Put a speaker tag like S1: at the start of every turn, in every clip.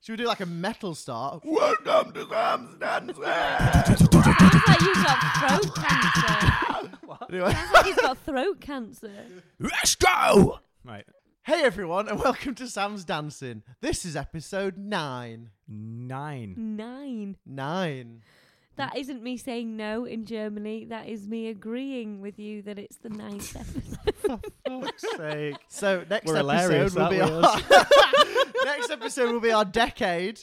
S1: Should we do like a metal start?
S2: Welcome to Sam's Dance.
S3: Sounds like you've got throat cancer.
S1: Anyway.
S3: Sounds like he's got throat cancer.
S2: Let's go.
S4: Right.
S1: Hey everyone, and welcome to Sam's Dancing. This is episode nine.
S4: Nine.
S3: Nine.
S1: Nine.
S3: That isn't me saying no in Germany. That is me agreeing with you that it's the ninth episode. Mm.
S1: Fuck's sake. So next
S4: We're
S1: episode
S4: hilarious,
S1: will be
S4: aren't
S1: our next episode will be our decade.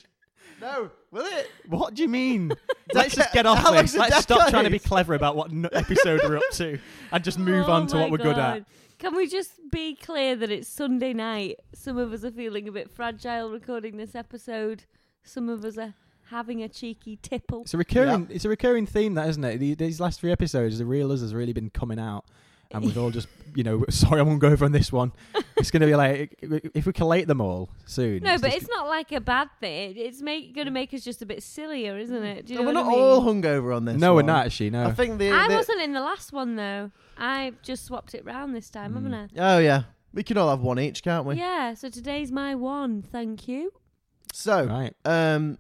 S1: No, will it?
S4: What do you mean? Let's just
S1: Deca-
S4: get off
S1: how
S4: this.
S1: long's a
S4: Let's stop trying to be
S1: decade?
S4: clever about what n- episode we're up to and just move
S3: Oh
S4: on to
S3: my
S4: what we're good at.
S3: God. Can we just be clear that it's Sunday night? Some of us are feeling a bit fragile recording this episode. Some of us are having a cheeky tipple.
S4: It's a recurring. It's a recurring theme, that isn't it? The- These last three episodes, the real us has really been coming out, and we've all just, you know, sorry, I won't go over on this one. It's going to be like if we collate them all soon.
S3: No, but
S4: just-
S3: it's not like a bad thing. It's make, gonna make us just a bit sillier, isn't it? Do you
S1: we're
S3: know
S1: not
S3: what I mean?
S1: all hungover on this.
S4: no, we're
S1: one.
S4: not actually.
S1: I
S4: No,
S1: think the,
S3: I
S1: the-
S3: wasn't in the last one though. I just swapped it round this time, haven't
S4: Mm.
S3: I?
S1: Oh yeah. We can all have one each, can't we?
S3: Yeah, so today's my one, thank you.
S1: So
S4: right.
S1: um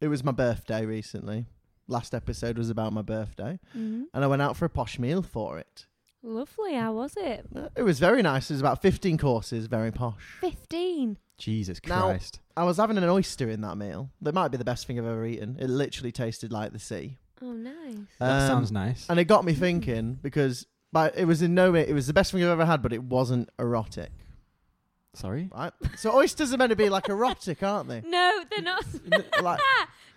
S1: it was my birthday recently. Last episode was about my birthday. And I went out for a posh meal for it.
S3: Mm-hmm. Lovely, how was it?
S1: Uh, It was very nice. It was about 15 courses, very posh.
S3: 15.
S4: Jesus
S1: Now-
S4: Christ.
S1: I was having an oyster in that meal. That might be the best thing I've ever eaten. It literally tasted like the sea.
S3: Oh, nice.
S4: that
S1: Um,
S4: sounds nice.
S1: And it got me thinking because by, it was in no way, it was the best thing I've ever had, but it wasn't erotic.
S4: Sorry.
S1: Right? So oysters are meant to be like erotic, aren't they?
S3: No, they're not.
S1: Like,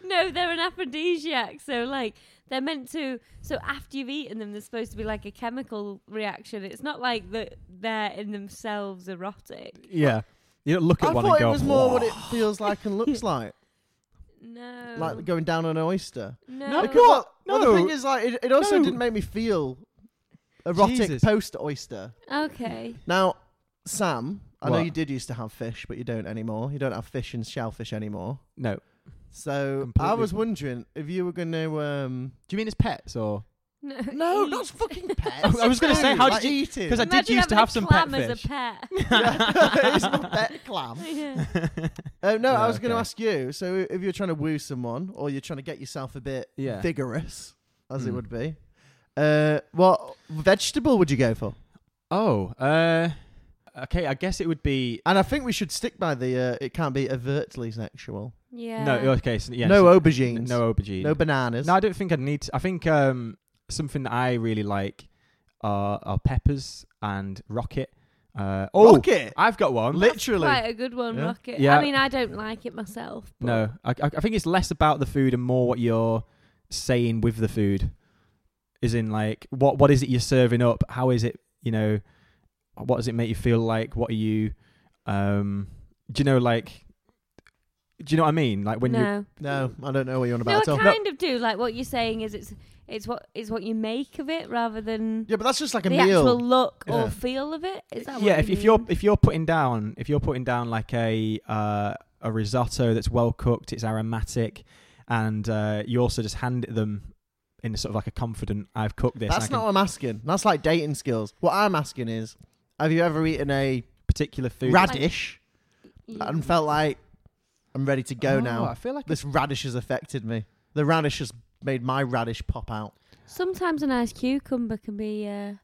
S3: no, they're an aphrodisiac. So, like, they're meant to. So, after you've eaten them, there's supposed to be like a chemical reaction. It's not like that they're in themselves erotic.
S4: Yeah. You don't look at
S1: I
S4: one and
S1: thought it
S4: go.
S1: was more what
S4: "Whoa."
S1: it feels like and looks like,
S3: No.
S1: like going down on an oyster.
S3: no.
S1: Because what-
S4: No.
S1: well, the thing is, like, it, it also
S4: No.
S1: didn't make me feel erotic
S4: Jesus.
S1: post oyster.
S3: Okay.
S1: Now, Sam, I know
S4: What?
S1: you did used to have fish, but you don't anymore. You don't have fish and shellfish anymore.
S4: No. Do
S1: So I
S4: Completely
S1: was
S4: different.
S1: wondering if you were going to. Um,
S4: you mean as pets or?
S3: No,
S1: no,
S3: eat.
S1: not fucking pets.
S4: I was gonna say,
S1: No,
S4: how did
S1: like
S4: you-
S1: eating?
S4: 'cause I- did
S3: Imagine
S4: used to
S3: having
S4: have
S3: a
S4: some pet
S3: clam as
S4: fish.
S3: a pet.
S1: Yeah. it's my pet clam.
S3: Yeah.
S1: Uh, no, I
S4: Yeah,
S1: was going to
S4: okay.
S1: ask you. So if you're trying to woo someone, or you're trying to get yourself a bit
S4: Yeah.
S1: vigorous, as it
S4: Hmm.
S1: would be, uh, what vegetable would you go for?
S4: Oh, uh, okay. I guess it would be
S1: And I think we should stick by the. Uh, it can't be overtly sexual.
S3: yeah.
S4: no. Okay, so, yeah,
S1: no
S4: so-
S1: aubergines. No,
S4: no aubergine.
S1: no bananas.
S4: No, I don't think I'd need. To, I think um, something that I really like are, are peppers and rocket. Uh, oh,
S1: Rocket?
S4: I've got one.
S1: Literally.
S3: Quite a good one,
S1: Yeah.
S3: Rocket.
S4: Yeah.
S3: I mean, I don't like it myself. But
S4: no, I, I I think it's less about the food and more what you're saying with the food, is in like what what is it you're serving up? How is it? You know, what does it make you feel like? What are you? Um, do you know like? Do you know what I mean? Like when you
S3: no.
S1: No, I don't know what you're on about
S3: No,
S1: at all.
S3: I kind of do. Like what you're saying is it's it's what is what you make of it rather than
S1: Yeah, but that's just like a
S3: the
S1: meal.
S3: actual look
S1: Yeah.
S3: or feel of it. Is that
S4: yeah,
S3: What
S4: if,
S3: you
S4: if you're
S3: mean?
S4: if you're putting down if you're putting down like a uh, a risotto that's well cooked, it's aromatic, and uh, you also just hand it them in a sort of like a confident, I've cooked this. and I
S1: That's
S4: can-
S1: not what I'm asking. That's like dating skills. What I'm asking is, have you ever eaten a
S4: particular food.
S1: radish
S3: You-
S1: and felt like I'm ready to go
S4: Oh, I
S1: now?
S4: feel like
S1: This radish has affected me. The radish has made my radish pop out.
S3: sometimes a nice cucumber can be. Uh,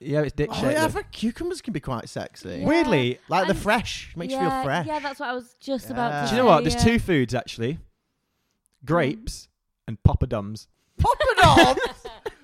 S4: yeah, it's dick
S1: Oh
S4: shaped.
S1: yeah, I think cucumbers can be quite sexy.
S3: Yeah.
S4: Weirdly,
S1: Like the
S3: And-
S1: fresh makes
S3: yeah,
S1: you feel fresh.
S3: Yeah, that's what I was just about.
S1: Yeah. Mm.
S3: to
S4: do you know
S3: say,
S4: what? There's
S3: yeah.
S4: two foods actually: grapes and poppadoms.
S1: poppadoms.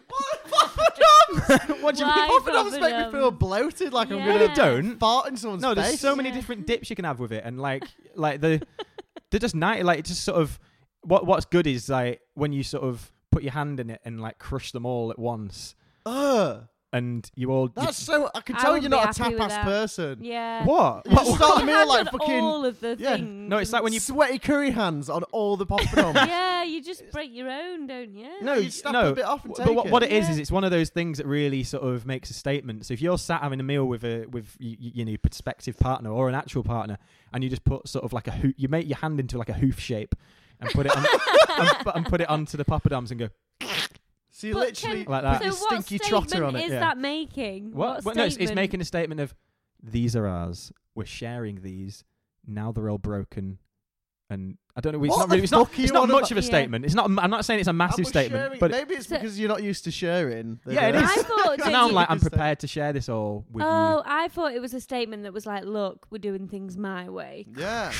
S1: What? Poppadoms.
S4: What
S3: do you mean? Why
S1: Poppadoms make me feel
S3: poppadoms?
S1: bloated, like I'm
S3: Yeah.
S1: gonna
S3: They
S4: don't.
S1: fart in someone's
S4: No,
S1: face.
S4: there's so many
S3: Yeah.
S4: different dips you can have with it, and like, like the they're just nice. Like, it's just sort of what what's good is like when you sort of put your hand in it and like crush them all at once,
S1: Ugh.
S4: and you all you-
S1: That's so. I can
S3: I
S1: tell you're
S3: wouldn't
S1: not a
S3: be happy with
S1: tapas
S3: that.
S1: person.
S3: Yeah.
S4: what?
S1: You just
S4: What-
S1: start a
S3: You
S1: meal
S3: hand
S1: like
S3: on
S1: fucking.
S3: all of the
S1: yeah.
S3: things.
S4: No, it's like when you
S1: sweaty curry hands on all the poppadoms.
S3: yeah, you just break your own, don't you?
S4: no,
S1: you
S4: y-
S1: snap
S4: no.
S1: a bit off and
S4: but
S1: take
S4: what,
S1: it.
S4: what it is is
S3: Yeah.
S4: it's one of those things that really sort of makes a statement. So if you're sat having a meal with a with you, you know your prospective partner or an actual partner, and you just put sort of like a hoo you make your hand into like a hoof shape, and put it on, and, pu- and put it onto the poppadoms and go
S1: So you
S3: But
S1: literally
S3: can-
S4: like
S1: put
S4: that.
S1: your
S3: so what
S1: stinky
S3: statement
S1: trotter on it.
S3: is
S4: yeah.
S3: that making?
S4: What? Well, no, it's, it's
S3: statement?
S4: making a statement of these are ours. We're sharing these. Now they're all broken. and I don't know. It's
S1: What
S4: not
S1: the
S4: really. It's not,
S1: fuck are
S4: it's
S1: you
S4: not
S1: on
S4: much of a
S3: about? Yeah.
S4: statement. It's not. I'm not saying it's a massive
S1: How much sharing-
S4: statement, but
S1: maybe it's
S3: So-
S1: because you're not used to sharing.
S4: Yeah, it is.
S3: I thought
S4: so
S3: that
S4: now
S3: you-
S4: I'm like I'm
S1: Interesting.
S4: prepared to share this all with
S1: Uh,
S3: Oh, I thought it was a statement that was like, "Look, we're doing things my way."
S1: Yeah,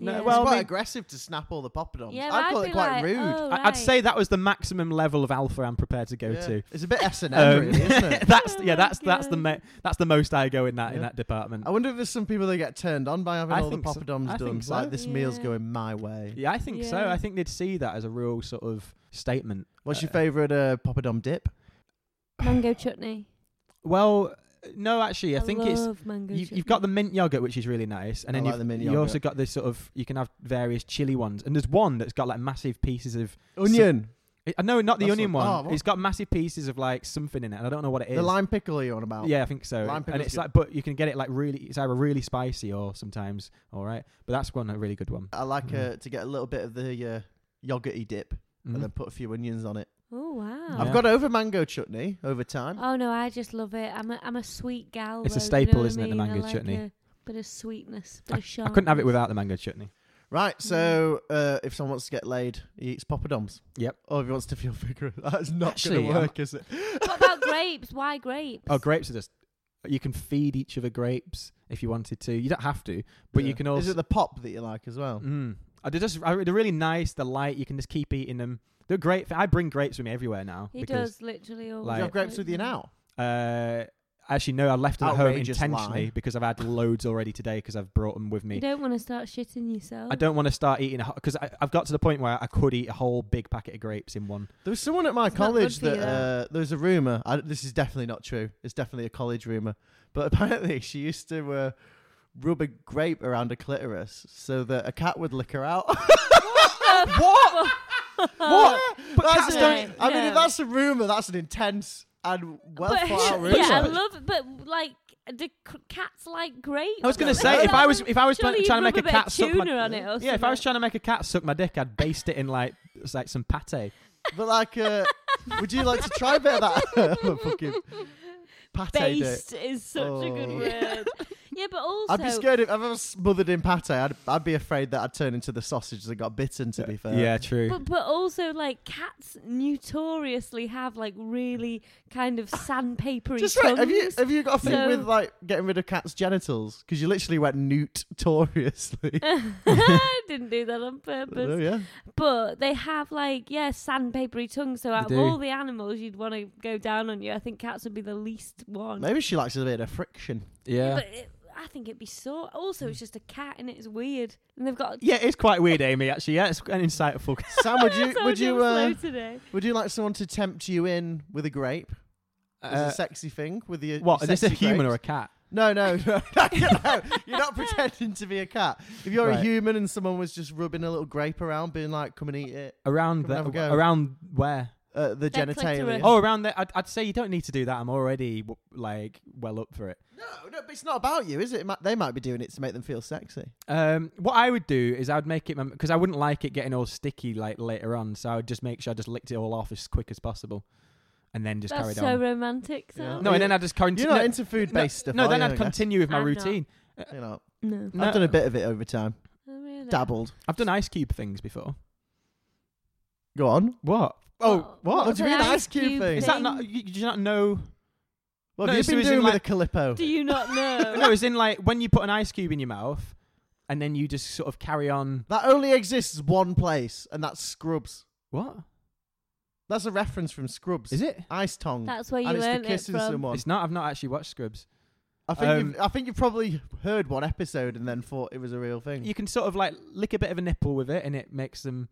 S4: No,
S3: Yeah.
S1: well,
S4: well,
S1: it's
S4: I
S1: quite
S4: mean-
S1: aggressive to snap all the poppadoms.
S3: Yeah,
S1: I'd call
S3: be
S1: it quite
S3: like,
S1: rude.
S3: "Oh,
S4: you. I- I'd
S3: right."
S4: say that was the maximum level of alpha I'm prepared to go
S1: Yeah.
S4: to.
S1: It's a bit S and M,
S4: Um,
S1: really, isn't it?
S4: that's
S3: Oh my
S4: yeah. That's that's the
S3: God.
S4: me- that's the most I go in that in
S1: Yeah. Oh.
S4: that department.
S1: I wonder if there's some people that get turned on by having
S4: I
S1: all the
S4: think so.
S1: poppadoms
S4: I
S1: done.
S4: think
S1: It's Like
S4: so.
S1: this meal's
S3: Yeah.
S1: going my way.
S4: Yeah, I think so.
S3: Yeah.
S4: I think they'd see that as a real sort of statement.
S1: What's your
S4: Uh,
S1: favourite uh, poppadom dip?
S3: mango chutney.
S4: Well, no, actually, I, think it's
S3: love mango
S4: you, you've got the mint yogurt, which is really nice, and
S1: I
S4: then
S1: like
S4: you've,
S1: the mint
S4: you
S1: yogurt.
S4: also got this sort of you can have various chili ones, and there's one that's got like massive pieces of
S1: Onion,
S4: Uh, no, not the
S1: That's
S4: onion
S1: what-
S4: one.
S1: oh, what?
S4: it's got massive pieces of like something in it, and I don't know what it is.
S1: the lime pickle you're on about.
S4: Yeah, I think so.
S1: Lime
S4: and
S1: pickle's
S4: it's
S1: good.
S4: like, but you can get it like really. It's either really spicy or sometimes all right. But that's one a really good one.
S1: I like
S4: Mm.
S1: uh, to get a little bit of the uh, yogurty dip
S4: Mhm.
S1: and then put a few onions on it.
S3: Oh wow!
S1: I've
S4: Yeah.
S1: got over mango chutney over time.
S3: Oh no, I just love it. I'm a I'm a sweet gal.
S4: It's a
S3: though, do you know
S4: staple,
S3: what I
S4: isn't it, the
S3: mean? I
S4: mango
S3: like
S4: chutney?
S3: a Bit of sweetness, bit of
S4: I couldn't have it
S3: sharpness.
S4: without the mango chutney.
S1: Right, so uh, if someone wants to get laid, he eats poppadoms.
S4: Yep.
S1: Or if he wants to feel bigger, that's not going
S4: Actually,
S1: to
S4: I'm-
S1: work, is it?
S3: What about grapes? Why grapes?
S4: Oh, grapes are just. You can feed each other grapes if you wanted to. You don't have to, but
S1: Yeah.
S4: you can
S1: Is
S4: also.
S1: it the pop that you like as well?
S4: Mm. Uh, They're just uh, they're really nice. They're light. You can just keep eating them. They're great. For, I bring grapes with me everywhere now.
S3: He
S4: because,
S3: does literally always.
S1: Do you have
S4: like-
S1: grapes with you now?
S4: Uh, actually, no. I left them at home
S1: Outrageous
S4: intentionally
S1: lie.
S4: because I've had loads already today because I've brought them with me.
S3: You don't want to start shitting yourself.
S4: I don't want to start eating because I've got to the point where I could eat a whole big packet of grapes in one.
S1: There was someone at my
S3: It's not good
S1: college
S3: for you,
S1: that uh, there was a rumor. I, this is definitely not true. It's definitely a college rumor, but apparently she used to uh, rub a grape around her clitoris so that a cat would lick her out.
S3: what?
S1: what?
S4: But
S1: That's
S4: cats
S1: a-
S3: don't-
S1: I mean, if
S3: no.
S1: that's a rumor, that's an intense and well
S3: but,
S1: thought out rumor.
S3: yeah, I love. But like, the c- cats like grapes.
S4: I was going
S1: Yeah.
S4: to say if I was if I was
S3: Surely
S4: trying
S3: you'd rub
S4: to make a
S3: a bit
S4: cat
S3: of
S4: suck my
S3: tuna on it or
S4: yeah if I was
S3: something.
S4: trying to make a cat suck my dick I'd baste it in like it's like some pate.
S1: but like, uh, would you like to try a bit of that? I'm a fucking pate dick.
S3: Based is such a good
S1: Oh.
S3: word. yeah, but also
S1: I'd be scared if, if I was smothered in pate. I'd, I'd be afraid that I'd turn into the sausage that got bitten. To be fair,
S4: yeah, true.
S3: But but also like cats notoriously have like really kind of sandpapery
S1: Just right.
S3: tongues.
S1: Have you have you got a thing
S3: So-
S1: with like getting rid of cats' genitals? Because you literally went notoriously.
S3: I didn't do that on
S1: oh,
S3: purpose.
S1: yeah.
S3: But they have like yeah sandpapery tongues. So out
S4: They
S3: of
S4: do.
S3: all the animals you'd want to go down on you, I think cats would be the least one.
S1: Maybe she likes a bit of friction.
S4: yeah.
S3: But it, I think it'd be so. Also, it's just a cat and it's weird. And they've got.
S4: Yeah, it's quite weird, Amy. Actually, yeah, it's an insightful.
S1: Sam, would you
S3: So
S1: would you uh,
S3: slow today?
S1: would you like someone to tempt you in with a grape? As
S4: Uh,
S1: a sexy thing with your
S4: what
S1: your
S4: is this a
S1: sexy
S4: human or
S1: grapes?
S4: a cat?
S1: no no no, no, no. you're not pretending to be a cat if you're a
S4: Right.
S1: human and someone was just rubbing a little grape around being like come and eat it
S4: Around
S1: Come and
S4: the,
S1: have a go.
S4: around where?
S1: uh, the
S3: Their
S1: genitalia
S3: clitoris.
S4: Oh, around there. I'd, I'd say you don't need to do that. I'm already w- like well up for it.
S1: no no but it's not about you is it, it might, they might be doing it to make them feel sexy
S4: Um, what I would do is I would make it because I wouldn't like it getting all sticky like later on, so I would just make sure I just licked it all off as quick as possible, and then just
S3: That's
S4: carried
S3: so
S4: on.
S3: romantic.
S1: Yeah.
S3: Sam.
S4: no, and then I would just continue.
S1: you're not into food
S4: Mm, no,
S1: based stuff
S4: no,
S1: are
S4: then
S1: you,
S4: I'd
S1: I guess?
S4: continue with my
S3: I'm not.
S4: routine.
S1: You know,
S3: no.
S4: No.
S1: I've done a bit of it over time
S3: Oh, really?
S1: dabbled
S4: I've done ice cube things before.
S1: go on
S4: What?
S1: Oh, what? What
S3: was
S1: do you
S3: an
S1: mean ice cube thing?
S4: Is that not? You, do you not know?
S1: what
S4: No,
S1: have
S4: so
S1: you been
S4: is it
S1: doing
S4: like-
S1: with a calippo
S3: Do you not know?
S4: No, it's in like when you put an ice cube in your mouth, and then you just sort of carry on.
S1: that only exists one place and that's Scrubs
S4: What
S1: that's a reference from Scrubs
S4: is it?
S1: Ice Tongue
S3: That's where you
S1: and it's for
S3: learn it
S1: kissing
S3: from.
S1: someone
S4: It's not. I've not actually watched Scrubs.
S1: I think
S4: Um,
S1: you've, I think you probably heard one episode and then thought it was a real thing.
S4: You can sort of like lick a bit of a nipple with it, and it makes them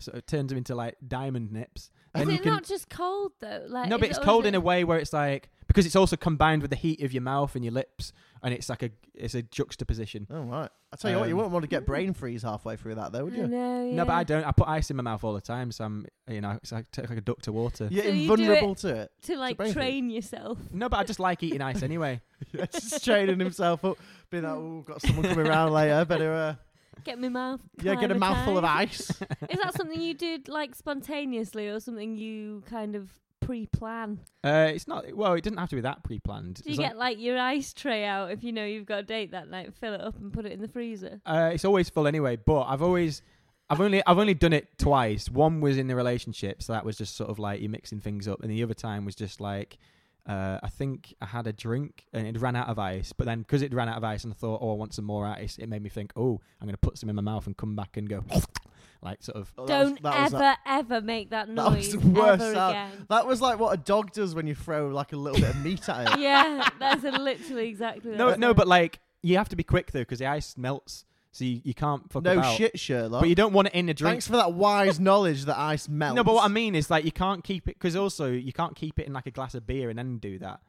S4: sort of turns them into like diamond nips.
S3: Is
S4: Then you
S3: it
S4: can
S3: not just cold though? Like
S4: no,
S3: Uh, is
S4: but
S3: it
S4: it's
S3: always
S4: cold in
S3: like-
S4: a way where it's like because it's also combined with the heat of your mouth and your lips, and it's like a it's a juxtaposition.
S1: oh right, I tell you what, you
S4: Um,
S1: wouldn't want to get brain freeze halfway through that though, would
S3: Mm. I
S1: you?
S3: know,
S4: No, but
S3: yeah.
S4: I don't. I put ice in my mouth all the time, so I'm you know it's like, take like a duck to water.
S1: You're
S3: So you do
S1: invulnerable to it.
S3: to like
S1: brain freeze.
S3: train yourself.
S4: No, but I just like eating ice anyway.
S1: Yeah, just training himself up, being like, "Oh, got someone coming round later, better uh,
S3: Get my mouth.
S1: yeah, get a mouthful of
S3: climatised.
S1: ice."
S3: Is that something you did like spontaneously or something you kind of pre-plan?
S4: Uh, it's not well. It doesn't have to be that pre-planned.
S3: Do you
S4: It's like-
S3: get like your ice tray out if you know you've got a date that night, fill it up and put it in the freezer?
S4: uh, it's always full anyway. But I've always I've only I've only done it twice. One was in the relationship, so that was just sort of like you're mixing things up, and the other time was just like uh, I think I had a drink and it ran out of ice. But then because it ran out of ice, and I thought, oh, I want some more ice. It made me think, oh, I'm gonna put some in my mouth and come back and go like sort of.
S1: Oh, that was-
S3: Don't
S1: that was
S3: ever, ever make that
S1: That
S3: noise
S1: was the worst
S3: ever
S1: sound.
S3: again.
S1: That was like what a dog does when you throw like a little bit of meat at it.
S3: yeah, that's literally exactly. what
S4: No,
S3: it
S4: no,
S3: sounds.
S4: but like you have to be quick though because the ice melts, so you, you can't fuck
S1: No
S4: about.
S1: shit, Sherlock.
S4: But you don't want it in the drink.
S1: Thanks for that wise knowledge that ice melts.
S4: No, but what I mean is like you can't keep it because also you can't keep it in like a glass of beer and then do that.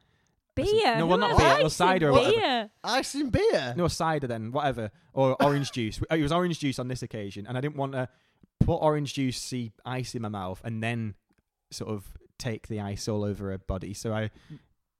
S3: beer.
S4: No, well,
S3: Who
S4: not
S3: has
S4: beer,
S3: ice
S4: or
S3: in
S4: cider or
S3: beer?
S4: whatever.
S1: ice in beer.
S4: No cider then, whatever, or orange juice. Oh, It was orange juice on this occasion, and I didn't want to put orange juice, see ice in my mouth, and then sort of take the ice all over her body. So I,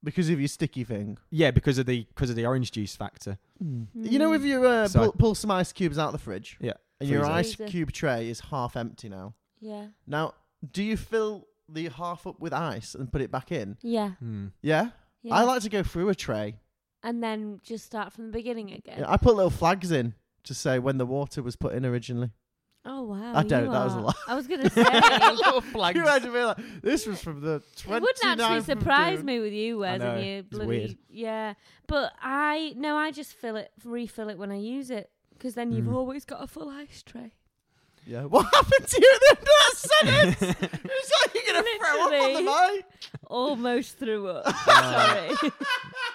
S1: Because of your sticky thing.
S4: yeah, because of the because of the orange juice factor.
S1: You know, if you uh,
S4: So I-
S1: pull, pull some ice cubes out of the fridge
S4: Hmm. Yeah,
S1: and your
S4: freezer.
S1: ice
S3: Freezer.
S1: cube tray is half empty now.
S3: Yeah.
S1: Now, do you fill the half up with ice and put it back in?
S3: Yeah.
S4: Hmm.
S1: Yeah.
S3: yeah.
S1: I like to go through a tray.
S3: and then just start from the beginning again.
S1: I put little flags in to say when the water was put in originally.
S3: Oh wow!
S1: I don't,
S3: you
S1: that was a
S3: are-
S1: lie.
S3: I was gonna say.
S1: little flags. You had to be like, this was from the 29th
S3: It wouldn't actually surprise me with you, Wes,
S4: know,
S3: and you
S4: it's
S3: bloody
S4: weird.
S3: yeah. But I no, I just fill it, refill it when I use it, because then you've
S4: Mm.
S3: always got a full ice tray.
S1: Yeah. What happened to you at the end of that sentence? it's like you're going to throw up on the
S3: Literally.
S1: mic.
S3: Almost threw up. Sorry.
S4: Ah.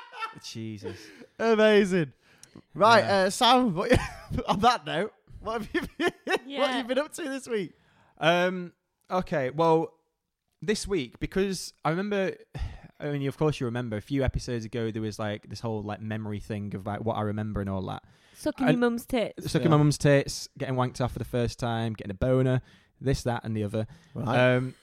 S4: Jesus.
S1: Amazing. Right,
S4: Yeah.
S1: uh, Sam, what, on that note, what have, you been, what
S3: Yeah.
S1: have you been up to this week?
S4: Um. Okay. Well, this week because I remember. I mean, of course, you remember a few episodes ago there was like this whole like memory thing of like what I remember and all that.
S3: Sucking
S4: I-
S3: your mum's tits.
S4: Sucking
S1: Yeah.
S4: my mum's tits, getting wanked off for the first time, getting a boner, this, that, and the other. Um,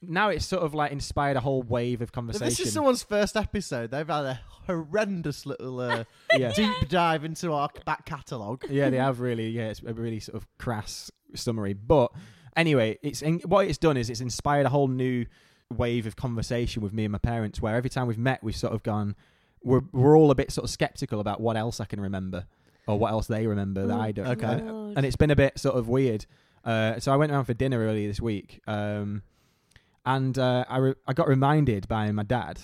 S4: now it's sort of like inspired a whole wave of
S1: If
S4: conversation.
S1: this is someone's first episode. They've had a horrendous little uh,
S4: yeah,
S1: deep dive into our back catalogue.
S4: yeah, they have really, yeah, it's a really sort of crass summary. But anyway, it's in, what it's done is it's inspired a whole new wave of conversation with me and my parents, where every time we've met, we've sort of gone, we're we're all a bit sort of skeptical about what else I can remember or what else they remember that
S3: Oh,
S4: I don't.
S1: Mm-hmm. Okay.
S4: I-
S3: Lord.
S4: and it's been a bit sort of weird. Uh, so I went around for dinner earlier this week, um, and uh, I re- I got reminded by my dad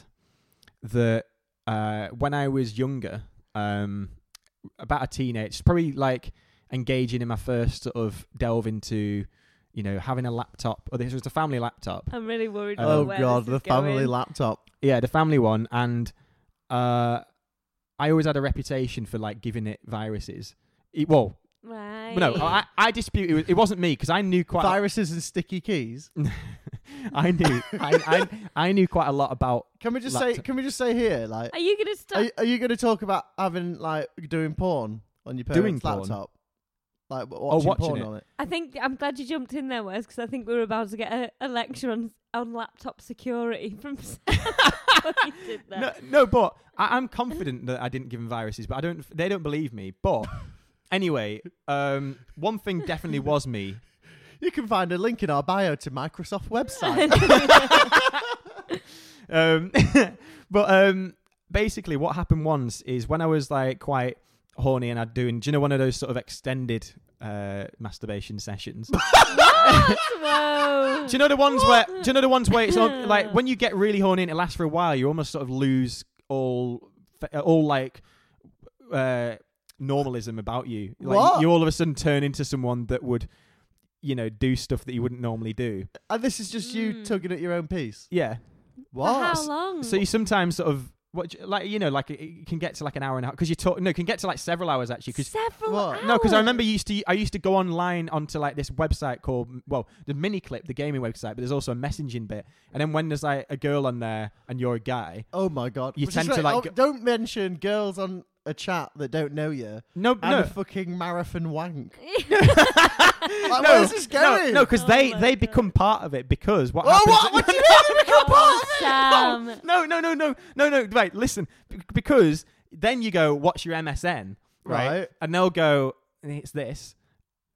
S4: that uh, when I was younger, um, about a teenage, probably like engaging in my first sort of delve into, you know, having a laptop. Or this was the family laptop.
S3: I'm really worried. about
S1: Oh,
S3: where
S1: God,
S3: this
S1: the
S3: is
S1: family
S3: going.
S1: laptop.
S4: Yeah, the family one, and uh, I always had a reputation for like giving it viruses. It, well,
S3: Right.
S4: no, I, I dispute it, was, it wasn't me because I knew quite. a-
S1: Viruses and sticky keys.
S4: I knew I, I I knew quite a lot about
S1: Can we just say?
S4: Laptop.
S1: Can we just say here? Like,
S3: Are you gonna
S1: are,
S3: stop?
S1: you- are you going to talk about having like doing porn on your
S4: Doing
S1: parents'
S4: porn? Oh,
S1: laptop? Like w- watching,
S4: watching
S1: porn
S4: it.
S1: on it.
S3: I think I'm glad you jumped in there, Wes, because I think we were about to get a, a lecture on on laptop security from. Sam. What you did there.
S4: no, no, but I, I'm confident that I didn't give them viruses, but I don't. They don't believe me. But anyway, um, one thing definitely was me.
S1: You can find a link in our bio to Microsoft website.
S4: Um, but um, basically, what happened once is when I was like quite horny and I'd doing, do you know, one of those sort of extended uh, masturbation sessions.
S3: Whoa.
S4: Do you know the ones where? Do you know the ones where it's on, like when you get really horny and it lasts for a while, you almost sort of lose all, all like, uh, normalism about you. Like
S1: What?
S4: you all of a sudden turn into someone that would, you know, do stuff that you wouldn't normally do.
S1: and this is just you
S3: Mm.
S1: tugging at your own piece.
S4: Yeah.
S3: For
S1: What?
S3: how long?
S4: So you sometimes sort of what, do you- like you know, like it- it can get to like an hour and a half because you talk. No, it can get to like several hours actually. Because
S3: several
S1: What?
S4: No, because I
S3: hours?
S4: remember used to I used to go online onto like this website called well the mini clip the gaming website, but there's also a messaging bit. And then when there's like a girl on there and you're a guy,
S1: Oh my god!
S4: You
S1: Which is
S4: tend to,
S1: great.
S4: like,
S1: Oh,
S4: go-
S1: don't mention girls on a chat that don't know you.
S4: no,
S1: And
S4: no,
S1: a fucking marathon wank. Like,
S4: no,
S1: where's this
S4: no,
S1: going?
S4: no, because
S3: Oh
S4: they
S3: my
S4: they
S3: God.
S4: become part of it because what
S1: Oh,
S4: happens?
S1: what? What do you mean they become part of it?
S3: Sam.
S4: No, no, no, no, no, no. Right, listen, b- because then you go, what's your MSN? Right,
S1: Right.
S4: and they'll go, it's this,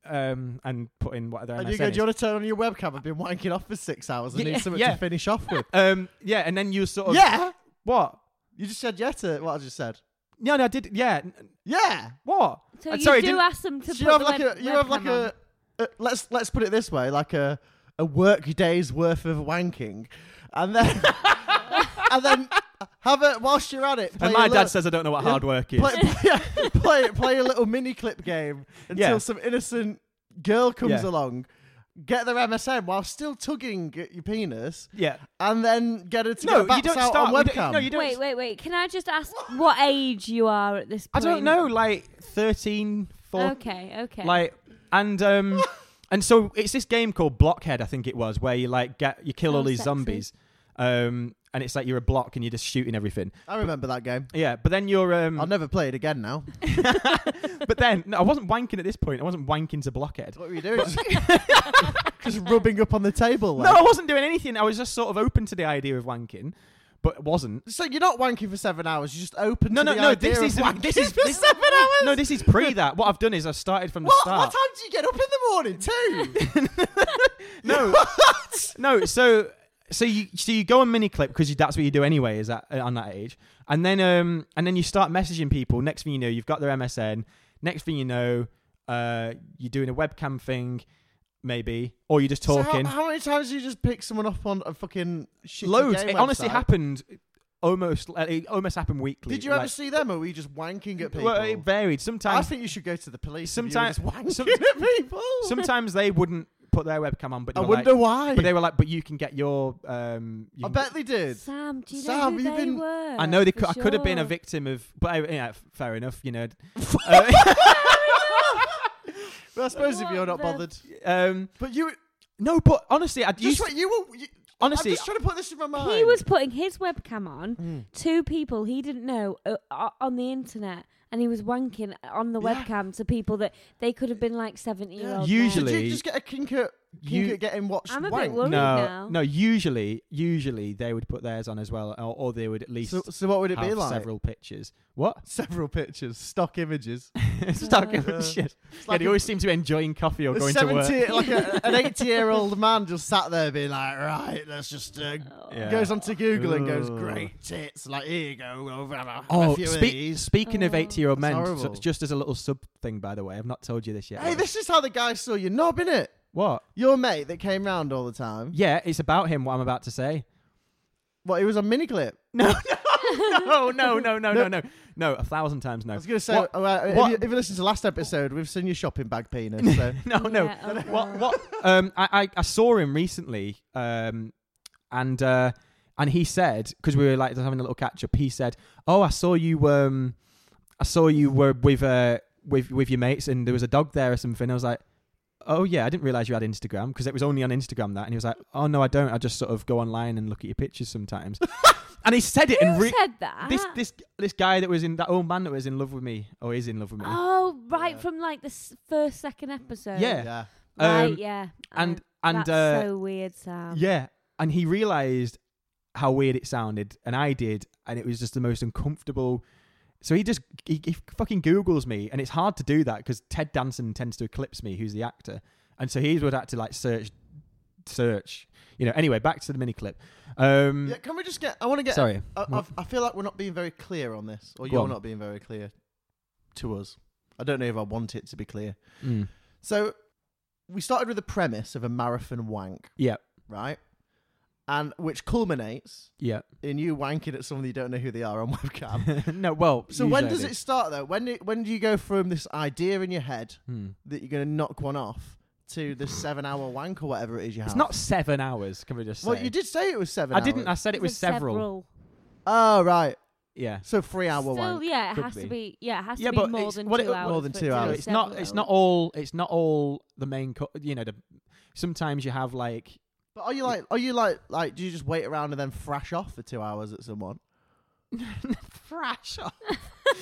S4: um, and put in what their
S1: And
S4: MSN
S1: you go,
S4: is.
S1: do you want to turn on your webcam? I've been wanking off for six hours. I
S4: Yeah,
S1: need something
S4: yeah.
S1: to finish off with.
S4: um, yeah, and then you sort of
S1: yeah.
S4: what?
S1: You just said yeah to what I just said.
S4: No, no, I did. Yeah, n-
S1: Yeah.
S4: what?
S3: So
S4: Uh,
S3: you
S4: sorry,
S3: do
S4: didn't-
S3: ask them
S1: So
S3: to
S1: you
S3: put
S1: have
S3: the
S1: like
S3: web-
S1: a you have
S3: webcam
S1: like a uh, let's let's put it this way, like a a work day's worth of wanking, and then and then have it whilst you're at it. play
S4: And
S1: a
S4: my
S1: little-
S4: dad says I don't know what
S1: Yeah.
S4: hard work is.
S1: play, play, play play a little mini clip game until
S4: Yeah.
S1: some innocent girl comes
S4: Yeah.
S1: along. Get their MSM while still tugging at your penis,
S4: yeah.
S1: and then get her to
S4: No,
S1: get
S4: you
S1: backs
S4: don't
S1: out
S4: start.
S1: on
S4: we
S1: webcam.
S4: Don't, no, you don't.
S3: Wait, wait, wait. Can I just ask what age you are at this
S4: I
S3: point?
S4: don't know. Like 13, 14.
S3: Okay, okay.
S4: Like and um and so it's this game called Blockhead, I think it was, where you like get you kill all
S3: Sounds
S4: these
S3: sexy.
S4: zombies. Um and it's like you're a block and you're just shooting everything.
S1: I remember that game.
S4: Yeah, but then you're um
S1: I'll never play it again now.
S4: but then no, I wasn't wanking at this point. I wasn't wanking to Blockhead.
S1: What were you doing? just, just rubbing up on the table.
S4: No,
S1: Like.
S4: I wasn't doing anything. I was just sort of open to the idea of wanking, but wasn't.
S1: So you're not wanking for seven hours. You're just open.
S4: No,
S1: to
S4: no,
S1: the
S4: no.
S1: idea
S4: This
S1: of
S4: is
S1: wanking
S4: this is
S1: for
S4: this,
S1: seven hours.
S4: No, this is pre that. What I've done is I started from the
S1: What?
S4: start.
S1: What time do you get up in the morning too?
S4: No. No, so so you so you go on mini clip because that's what you do anyway is that uh, on that age. And then um and then you start messaging people. Next thing you know, you've got their MSN. Next thing you know, uh you're doing a webcam thing maybe or you're just
S1: So
S4: talking.
S1: how, how many times do you just pick someone up on a fucking shitty
S4: Loads.
S1: game
S4: It honestly
S1: website?
S4: happened almost uh, it almost happened weekly.
S1: Did you ever
S4: Like-
S1: see them, or were you just wanking at people?
S4: Well, it varied.
S1: I
S4: Sometimes
S1: think you should go to the police.
S4: Sometimes-
S1: Sometimes wanking
S4: some-
S1: at people.
S4: sometimes they wouldn't put their webcam on but
S1: I
S4: they were
S1: wonder
S4: like,
S1: why.
S4: but they were like but you can get your um you
S1: I
S4: can
S1: bet they did.
S3: Sam, do you
S1: Sam,
S3: know who
S1: you've
S3: they
S1: been-
S3: were?
S4: I know they
S3: Uh, For
S4: could, I could have been a
S3: sure.
S4: victim of, but I, yeah, f- fair enough, you know. Uh,
S1: Well, I suppose if
S3: What
S1: you're not
S3: the-
S1: bothered,
S4: um,
S1: but you
S4: no, but honestly, I
S1: just
S4: used,
S1: what you were. You,
S4: honestly, Mm.
S1: I'm just trying to put this in my mind.
S3: He was putting his webcam on. Two people he didn't know uh, o- on the internet, and he was wanking on the
S1: Yeah.
S3: webcam to people that they could have been like seventy-year-old.
S4: Usually-
S1: Did you just get a kinker?
S4: You-
S1: Kinker getting watched.
S3: I'm a
S1: wank?
S3: bit
S4: no,
S3: worried now.
S4: no. Usually, usually they would put theirs on as well, or, or they would at least
S1: So, so what would it
S4: have
S1: be like?
S4: several pictures. What?
S1: Several pictures, stock images.
S4: Start giving
S1: Uh,
S4: shit.
S1: It's
S4: Yeah, they
S1: a-
S4: always seem to be enjoying coffee or
S1: a
S4: going to
S1: 70 like
S4: work.
S1: a, an 80 year old man just sat there being like, right, let's just. Uh,
S3: Oh,
S4: Yeah.
S1: Goes onto Google and goes,
S4: Ugh.
S1: great tits. Like, here you go. Have a, have
S4: Oh,
S1: a few of
S4: spe-
S1: these.
S4: speaking of
S3: Oh.
S4: eighty-year-old
S1: That's
S4: men, so
S1: horrible.
S4: just as a little sub thing, by the way, I've not told you this yet.
S1: Hey, this is how the guy saw you knob, innit?
S4: what?
S1: Your mate that came round all the time.
S4: Yeah, it's about him. What I'm about to say.
S1: What, he was on miniclip?
S4: No, no, no, no, no, no, no, no. A thousand times no.
S1: I was going to say,
S4: What-
S1: all right, if,
S4: what-
S1: you, if you listen to last episode, we've seen your shopping bag penis. So.
S4: no, no.
S3: Yeah, oh
S4: What?
S3: God.
S4: What? Um, I, I, I saw him recently, um, and uh, and he said because we were like just having a little catch up. He said, "Oh, I saw you. Um, I saw you were with uh with with your mates, and there was a dog there or something." I was like. Oh yeah, I didn't realize you had Instagram because it was only on Instagram that, and he was like, "Oh no, I don't. I just sort of go online and look at your pictures sometimes." and he said it, and
S3: Who
S4: re-
S3: said that? Ah.
S4: this this this guy that was in that old man that was in love with me or is in love with me.
S3: Oh, right
S1: Yeah.
S3: from like the s- first second episode.
S4: Yeah.
S3: Right.
S4: Um,
S3: yeah.
S4: and
S3: Um,
S4: and
S3: that's
S4: uh,
S3: so weird, Sam.
S4: yeah, and he realized how weird it sounded, and I did, and it was just the most uncomfortable. So he just he, he fucking googles me, and it's hard to do that because Ted Danson tends to eclipse me, who's the actor, and so he would have to like search, search, you know. Anyway, back to the mini clip. Um,
S1: Yeah, can we just get. I want to get.
S4: sorry,
S1: I,
S4: What?
S1: I've- I feel like we're not being very clear on this, or
S4: Go
S1: you're
S4: on.
S1: not being very clear to us. I don't know if I want it to be clear.
S4: Mm.
S1: So we started with the premise of a marathon wank,
S4: yeah,
S1: right? And which culminates
S4: yeah.
S1: in you wanking at someone you don't know who they are on webcam.
S4: no, well,
S1: Um, so when
S4: usually
S1: does
S4: I do.
S1: it start though? When do, when do you go from this idea in your head
S4: Hmm.
S1: that you're going to knock one off to the seven hour wank or whatever it is you have?
S4: It's not seven hours. Can we just say?
S1: Oh. Well, you did say it was seven.
S4: I didn't. I
S1: hours.
S4: said it
S3: It's
S4: was
S3: like
S4: several.
S1: Oh right.
S4: Yeah.
S1: So three hour
S3: Still,
S1: wank.
S3: yeah, it
S4: Could
S3: has to
S4: be.
S3: be. Yeah, it has
S4: Yeah,
S3: to
S4: but
S3: be more
S4: it's-
S3: than
S4: what
S3: two
S4: it-
S3: hours.
S1: more than
S3: for
S1: two
S3: it to be
S1: hours.
S4: it's not.
S3: several
S4: It's not
S3: hours.
S4: all. It's not all the main. Co- you know, the sometimes you have like.
S1: But are you like? Are you like? Like? Do you just wait around and then thrash off for two hours at someone?
S4: Thrash off.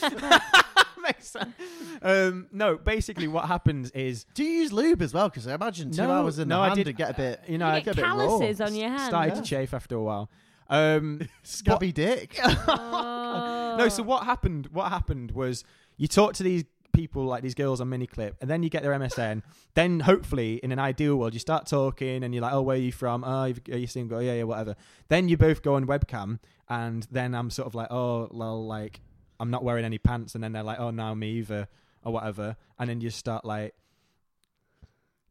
S4: Makes sense. Um, no, basically, what happens is
S1: Do you use lube as well? Because I imagine two
S4: no,
S1: hours in
S4: no,
S1: the
S4: I
S1: hand
S4: did
S1: would get a bit
S4: You know,
S3: You
S4: I
S3: get
S1: a bit raw.
S3: calluses on your hands.
S4: started to
S1: yeah.
S4: chafe after a while. Um,
S1: scabby dick.
S3: Oh.
S4: no, so what happened? What happened was you talk to these people, like these girls on miniclip, and then you get their MSN. then hopefully, in an ideal world, you start talking, and you're like, "Oh, where are you from? Oh, you've, are you single? Yeah, yeah, whatever." Then you both go on webcam, and then I'm sort of like, "Oh, well, like I'm not wearing any pants," and then they're like, "Oh, no, me either," or whatever, and then you start like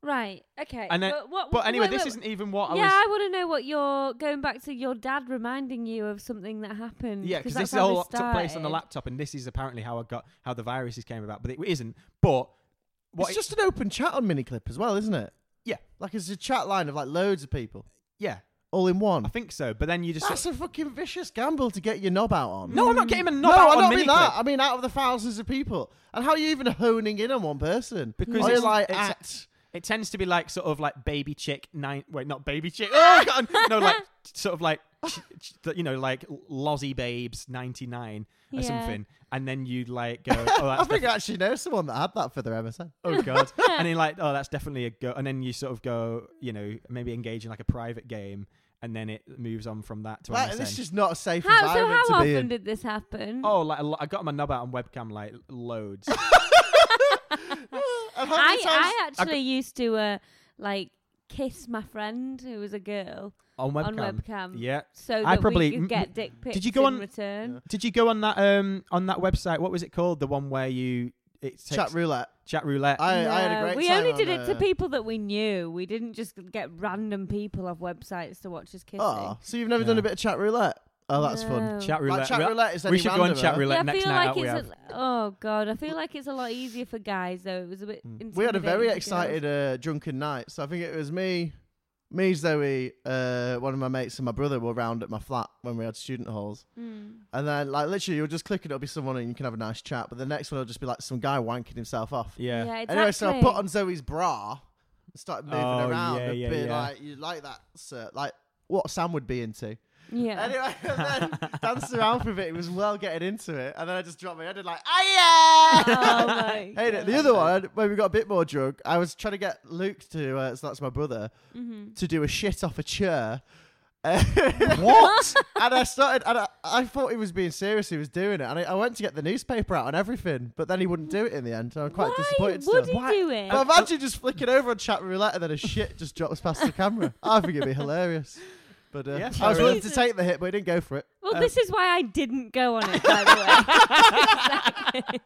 S3: Right. Okay.
S4: And then-
S3: but, what,
S4: But anyway,
S3: wait,
S4: this
S3: wait,
S4: isn't even what I
S3: yeah,
S4: was.
S3: I want to know what your going back to your dad reminding you of something that happened.
S4: Yeah, because
S3: because
S4: this is all took place on the laptop, and this is apparently how I got how the viruses came about, but it isn't. But
S1: it's
S4: what it-
S1: just an open chat on Miniclip as well, isn't it?
S4: Yeah.
S1: Like it's a chat line of like loads of people
S4: yeah,
S1: all in one.
S4: I think so. But then you just
S1: That's a fucking vicious gamble to get your knob out on.
S4: no, I'm not getting a
S1: No,
S4: knob
S1: I
S4: out
S1: don't
S4: on
S1: mean
S4: mini
S1: that. I mean out of the thousands of people. And how are you even honing in on one person?
S4: Because
S1: are you
S4: it's-
S1: like
S4: it's-
S1: at
S4: It tends to be like sort of like baby chick nine. Wait, not baby chick. Oh God, no, like sort of like ch- ch- you know like lozzy babes ninety nine or
S3: Yeah.
S4: something, and then you like go oh
S1: "Ah, I
S4: that's
S1: think
S4: defi-
S1: I actually know someone that had that for their MSN.
S4: oh god, and then like oh that's definitely a go, and then you sort of go you know maybe engage in like a private game, and then it moves on from that to
S1: Like,
S4: MSN.
S1: this is not a safe
S3: How, so
S1: environment
S3: how
S1: to be
S3: often
S1: in.
S3: did this happen?
S4: Oh, like a lo- I got my knob out on webcam like loads.
S1: And how
S3: I,
S1: many times-
S3: I actually used to uh, like kiss my friend who was a girl
S4: on webcam.
S3: on webcam.
S4: Yeah.
S3: So that
S4: I probably-
S3: we
S4: m-
S3: could get dick pics
S4: you go
S3: in
S4: on-
S3: return.
S4: Did you go on that um on that website? What was it called? The one where you it takes
S1: chat roulette.
S4: chat roulette.
S1: I, I had a
S3: No,
S1: great
S3: we
S1: time
S3: only
S1: on,
S3: did it to
S1: uh,
S3: people that we knew. We didn't just get random people off websites to watch us kissing.
S1: Oh, so you've never done
S4: Yeah.
S1: a bit of chat roulette? Oh, that's fun.
S3: No.
S4: chat roulette.
S1: Like, chat
S4: We-
S1: roulette is
S4: we
S1: any
S4: should go on
S1: random,
S4: chat
S1: huh?
S4: roulette
S3: yeah, I
S4: next
S3: feel
S4: night
S3: like
S4: out we
S3: it's
S4: have.
S3: a, oh god, I feel like it's a lot easier for guys though. It was a bit.
S1: Hmm. We had a very
S3: intimidating for girls.
S1: excited uh, drunken night. So I think it was me, me, Zoe, uh, one of my mates, and my brother were round at my flat when we had student halls.
S3: Mm.
S1: And then, like, literally, you'll just click and it'll be someone and you can have a nice chat. But the next one will just be like some guy wanking himself off.
S4: Yeah.
S3: exactly.
S1: Anyway, so I put on Zoe's bra and started moving
S4: Oh,
S1: around
S4: yeah,
S1: and
S4: yeah,
S1: being
S4: yeah.
S1: like, you like that, sir? Like, what Sam would be into.
S3: Yeah.
S1: Anyway, and then danced around for a bit. It was well getting into it. And then I just dropped my head and, like, ah, yeah!
S3: oh my.
S1: Hey, the other one, when we got a bit more drunk, I was trying to get Luke to, uh, so that's my brother,
S3: Mm-hmm.
S1: to do a shit off a chair. what? and I started, and I, I thought he was being serious. He was doing it, and I, I went to get the newspaper out and everything, but then he wouldn't do it in the end. So I'm quite
S3: Why
S1: disappointed.
S3: would
S1: still.
S3: he do it?
S1: But imagine just flicking over on chat roulette and then a shit just drops past the camera. I think it'd be hilarious. But uh, I
S4: Yeah,
S1: was
S4: fair
S1: willing to
S3: enough.
S1: take the hit, but he didn't go for it.
S3: Well,
S4: Um,
S3: this is why I didn't go on it, by the way. Exactly.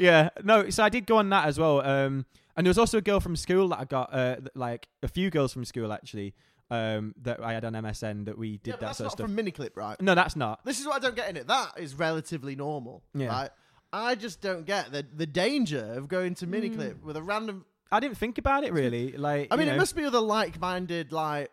S4: yeah. No, so I did go on that as well. Um, and there was also a girl from school that I got, uh, th- like a few girls from school actually, um, that I had on MSN that we did
S1: yeah, but
S4: that
S1: that's
S4: sort of
S1: not from
S4: stuff.
S1: Miniclip, right?
S4: no, that's not.
S1: This is what I don't get in it. That is relatively normal.
S4: Yeah.
S1: Right? I just don't get the the danger of going to miniclip with a random.
S4: I didn't think about it really. Like,
S1: I mean,
S4: you
S1: it
S4: know,
S1: must be other like minded, like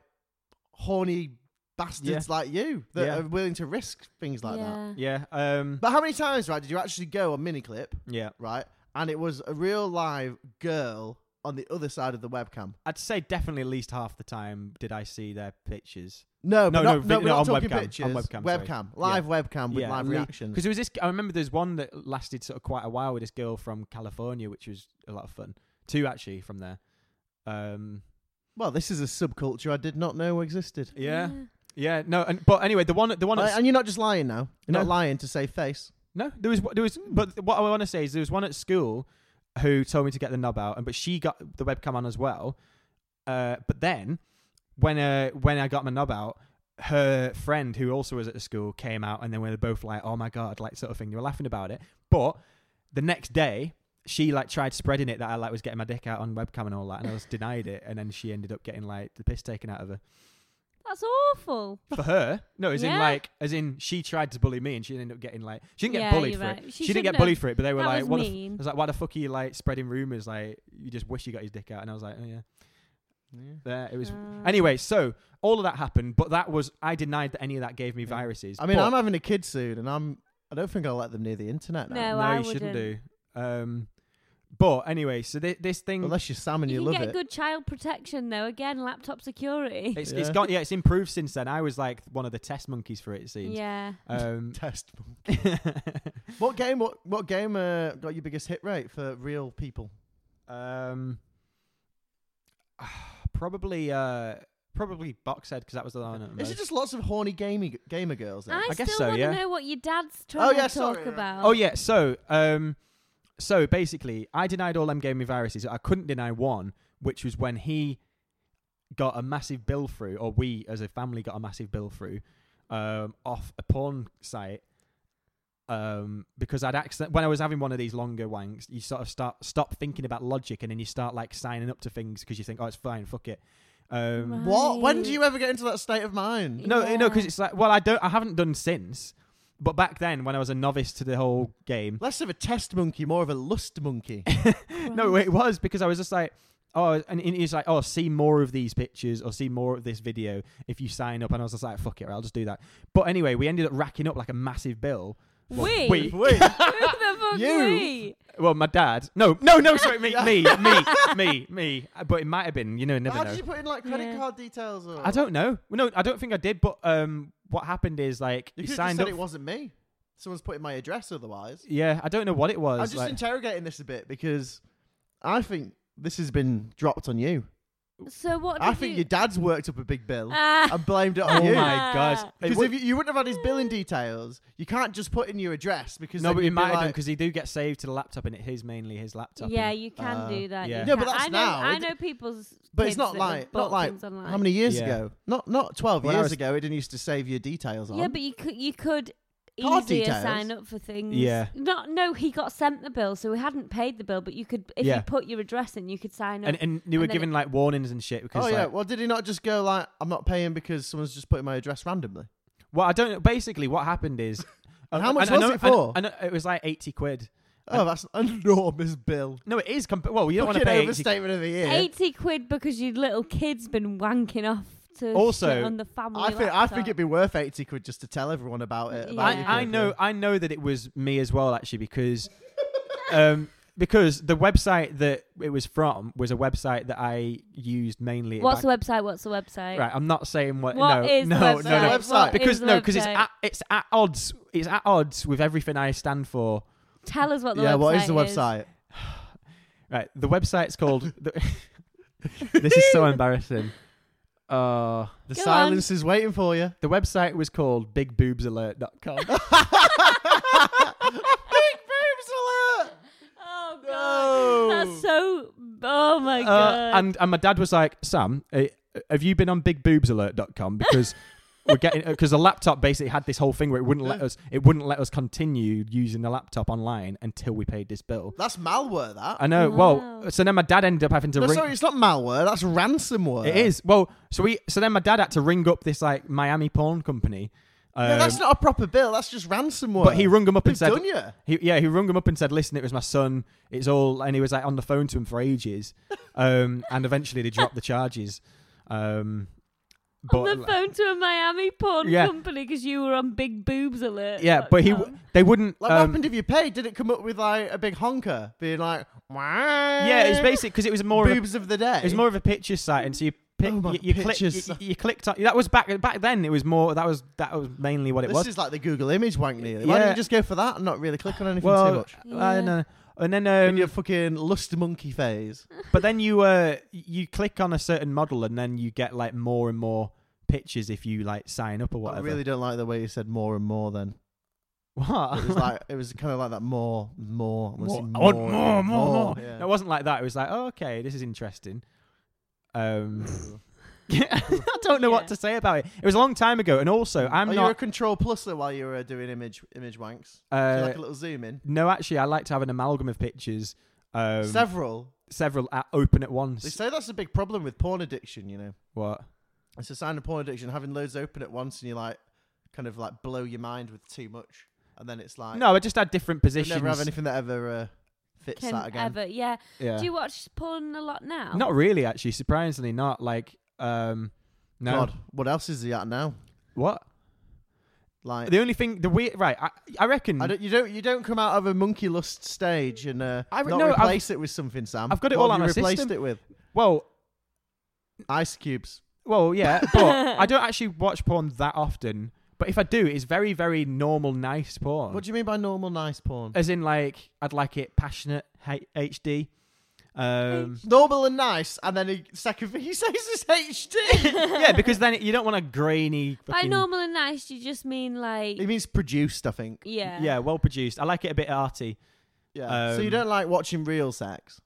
S1: horny bastards like you that
S4: Yeah.
S1: are willing to risk things like that.
S3: yeah.
S4: Yeah. Um.
S1: But how many times, right, did you actually go on miniclip,
S4: Yeah.
S1: right? And it was a real live girl on the other side of the webcam.
S4: I'd say definitely at least half the time did I see their pictures.
S1: No, but not,
S4: No, no,
S1: no,
S4: vi-
S1: we're
S4: no,
S1: not
S4: on
S1: talking
S4: webcam, on
S1: pictures.
S4: webcam, sorry.
S1: webcam, live webcam with live reactions.
S4: Because there was this. I remember there's one that lasted sort of quite a while with this girl from California, which was a lot of fun. Two actually from there. Um.
S1: Well, this is a subculture I did not know existed.
S4: Yeah. Yeah. No. And but anyway, the one. The one.
S1: Uh,
S4: At,
S1: and you're not just lying now. You're not
S4: No.
S1: lying to save face.
S4: no. There was. There was. But what I want to say is there was one at school who told me to get the knob out, and but she got the webcam on as well. Uh. But then when uh when I got my knob out. Her friend, who also was at the school, came out, and then we were both like, "Oh my god!" like sort of thing. They were laughing about it, but the next day she like tried spreading it that I like was getting my dick out on webcam and all that, and I was denied it, and then she ended up getting like the piss taken out of her
S3: That's awful.
S4: for her. No, as in
S3: Yeah.
S4: like as in she tried to bully me, and she ended up getting like she didn't get
S3: Yeah,
S4: bullied
S3: you're
S4: for
S3: right.
S4: it.
S3: She
S4: She, didn't
S3: shouldn't
S4: get
S3: have.
S4: bullied for it, but they were
S3: That
S4: like,
S3: was
S4: "What?" The f-?
S3: mean.
S4: I was like, "Why the fuck are you like spreading rumors? Like you just wish you got his dick out." And I was like, "Oh yeah, there it was."
S3: Uh, Mm.
S4: Anyway, so all of that happened, but that was I denied that any of that gave me viruses.
S1: I mean,
S4: but-
S1: I'm having a kid soon, and I'm. I don't think I'll let them near the internet now.
S3: No,
S4: no,
S3: I
S4: you shouldn't do.
S3: wouldn't.
S4: Um, but anyway, so thi- this thing
S1: Unless you're Sam and you,
S3: you,
S1: love
S3: can get
S1: it.
S3: good child protection though. Again, laptop security.
S4: It's, it's
S1: Yeah.
S4: gone. Yeah, it's improved since then. I was like one of the test monkeys for it. It seems.
S3: Yeah.
S4: Um,
S1: Test. What game? What what game uh, got your biggest hit rate for real people?
S4: um, probably, uh, probably box head because that was the one. at
S1: Is it
S4: most.
S1: just lots of horny gamey gamer girls? eh? Then?
S3: I,
S4: I
S3: still
S4: guess so,
S3: want to
S4: yeah.
S3: know what your dad's trying
S1: Oh, yeah,
S3: to talk
S1: sorry, yeah.
S3: about.
S4: Oh yeah. So, um, so basically, I denied all them gaming viruses. I couldn't deny one, which was when he got a massive bill through, or we as a family got a massive bill through, um, off a porn site. um, because I'd accident when I was having one of these longer wanks, you sort of start stop thinking about logic, and then you start like signing up to things because you think, oh, it's fine, fuck it. Um,
S1: What? When
S3: Right.
S1: do you ever get into that state of mind?
S4: no, no, because
S3: Yeah.
S4: it's like, well, I don't, I haven't done since, but back then when I was a novice to the whole game,
S1: Less of a test monkey, more of a lust monkey.
S4: no, it was because I was just like, oh, and he's like, oh, see more of these pictures or see more of this video if you sign up, and I was just like, fuck it, I'll just do that. But anyway, we ended up racking up like a massive bill.
S3: We?
S4: we,
S1: Wait,
S3: Who the fuck
S1: You.
S3: are we?
S4: well, my dad. No, no, no, sorry, me, me, me, me, me. Uh, But it might have been, you know, never
S1: how
S4: know.
S1: did you put in like credit
S3: Yeah.
S1: card details? Or
S4: I don't know. Well, No, I don't think I did. But um, what happened is like
S1: You, could
S4: you,
S1: have just
S4: signed
S1: said
S4: up.
S1: it wasn't me. Someone's putting my address. Otherwise,
S4: yeah, I don't know what it was.
S1: I'm just
S4: like-
S1: interrogating this a bit because I think this has been dropped on you.
S3: So what? Did
S1: I think
S3: you...
S1: your dad's worked up a big bill
S3: Ah.
S1: and blamed it
S4: oh
S1: on you.
S4: my god! It
S1: Because
S4: would-
S1: if you, you wouldn't have had his billing details, you can't just put in your address because
S4: no,
S1: then
S4: but
S1: you'd
S4: it
S1: be
S4: might have done
S1: like,
S4: because he do get saved to the laptop, and it is mainly his laptop.
S3: Yeah,
S4: and-
S3: you can
S1: Uh,
S3: do that. you
S4: yeah.
S1: Yeah, but
S3: can.
S1: that's
S3: I know,
S1: now.
S3: I
S1: It-
S3: know people's.
S1: But it's
S3: kids
S1: not
S3: that have
S1: like
S3: bought
S1: not like
S3: things online.
S1: how many years
S4: Yeah.
S1: ago? Not not twelve
S4: When I
S1: years
S4: was-
S1: ago. It didn't used to save your details on.
S3: Yeah, but you could you could
S1: Card
S3: easier
S1: details.
S3: sign up for things.
S4: Yeah.
S3: Not no, he got sent the bill, so he hadn't paid the bill. But you could if
S4: Yeah.
S3: you put your address in, you could sign up.
S4: and and you were
S3: And then
S4: given like warnings and shit because
S1: oh
S4: like,
S1: yeah. Well, did he not just go like, "I'm not paying because someone's just putting my address randomly"?
S4: well, I don't. know. Basically, what happened is.
S1: And how much
S4: I
S1: was
S4: know-
S1: it
S4: I know-
S1: for?
S4: I know, it was like eighty quid.
S1: Oh, that's an enormous bill.
S4: No, it is. Comp- well, you don't want to
S1: Fucking
S4: pay 80
S1: overstatement of the year.
S3: Eighty quid because your little kid's been wanking off to
S4: Also,
S3: shit on the family.
S1: I think I
S3: laptop.
S1: think it'd be worth eighty quid just to tell everyone about it. about
S3: Yeah.
S1: your
S4: I, I
S1: curfew.
S4: know I know that it was me as well actually because um because the website that it was from was a website that I used mainly
S3: What's the
S4: back-
S3: website? What's the website?
S4: right I'm not saying what,
S3: What
S4: no
S3: is
S4: no
S3: the website?
S4: no no
S1: What is
S4: because
S3: the
S4: no because it's
S3: website?
S4: at, it's at odds it's at odds with everything I stand for
S3: Tell us what the
S1: Yeah,
S3: website
S1: what is the website?
S4: right the website's called the, this is so embarrassing uh
S1: The
S3: Go
S1: silence is waiting for you.
S4: the website was called bigboobsalert.com
S1: Big boobs alert!
S3: Oh
S1: No.
S3: god, that's so. Oh my
S4: Uh,
S3: god.
S4: and and my dad was like, Sam, eh, have you been on bigboobsalert.com because we're getting because the laptop basically had this whole thing where it wouldn't let us it wouldn't let us continue using the laptop online until we paid this bill.
S1: That's malware. That.
S4: I know.
S3: Wow.
S4: Well, so then my dad ended up having to
S1: no,
S4: ring.
S1: sorry, it's not malware. That's ransomware.
S4: it is well. So we so then my dad had to ring up this like Miami porn company. Um,
S1: No, that's not a proper bill. That's just ransomware.
S4: but he rung him up
S1: They've
S4: and said,
S1: done you.
S4: He, yeah, he rung him up and said, "Listen, it was my son. It's all." And he was like on the phone to him for ages, um, and eventually they dropped the charges. Um, but
S3: on the phone to a Miami porn
S4: Yeah.
S3: company because you were on Big Boobs Alert.
S4: yeah, but he w- they wouldn't.
S1: Like, what
S4: um,
S1: happened if you paid? Did it come up with like a big honker, being like,
S4: um, yeah, it's basic because it was more of a,
S1: boobs of the day.
S4: it was more of a picture site, and so you. Pick,
S1: Oh, my
S4: you, you, click, you,
S1: pictures.
S4: you clicked on that was back back then it was more that was that was mainly what it
S1: this
S4: was
S1: is like the Google image wank nearly. Why don't
S4: Yeah.
S1: you just go for that and not really click on anything
S4: well
S1: too much?
S4: I don't know. and then
S1: In
S4: um,
S1: your fucking lust monkey phase.
S4: but then you uh you click on a certain model and then you get like more and more pictures if you like sign up or
S1: I
S4: whatever
S1: really don't like the way you said more and more then.
S4: what
S1: It was like it was kind of like that more, more. I wanna see
S4: More- I want more, more, more.
S1: Yeah.
S4: No, it wasn't like that. It was like, oh, okay, this is interesting. Um, I don't know
S3: Yeah.
S4: what to say about it. It was a long time ago, and also I'm
S1: Oh, you were a
S4: not.
S1: control pluser while you were doing image image wanks. So
S4: Uh,
S1: like a little zoom in.
S4: no, actually, I like to have an amalgam of pictures, um,
S1: Several.
S4: several at, open at
S1: They
S4: once.
S1: say that's a big problem with porn addiction. You know,
S4: What?
S1: it's a sign of porn addiction having loads open at once, and you like kind of like blow your mind with too much, and then it's like
S4: No, I just had different
S1: you
S4: positions.
S1: never have anything that ever uh, fits
S3: Can
S1: that again.
S3: ever, yeah.
S4: Yeah.
S3: Do you watch porn a lot now?
S4: Not really, actually. Surprisingly, not like. Um, no.
S1: God, what else is he at now?
S4: What?
S1: Like
S4: The only thing, the weird, right? I, I reckon.
S1: I don't, you don't you don't come out of a monkey lust stage and uh,
S4: I re-
S1: not
S4: no, I've-
S1: replace it with something, Sam.
S4: I've got it
S1: What
S4: all
S1: have
S4: on
S1: you
S4: my
S1: replaced
S4: system.
S1: it with
S4: well,
S1: ice cubes.
S4: Well, yeah, but I don't actually watch porn that often. But if I do, it's very, very normal, nice porn.
S1: What do you mean by normal nice porn?
S4: As in, like, I'd like it passionate, H- HD. Um,
S1: normal and nice, and then the second thing he says is HD.
S4: yeah, because then it, you don't want a grainy.
S3: By
S4: fucking-
S3: normal and nice, you just mean like,
S1: it means produced, I think.
S3: yeah,
S4: Yeah, well produced. I like it a bit arty.
S1: Yeah.
S4: Um,
S1: so you don't like watching real sex?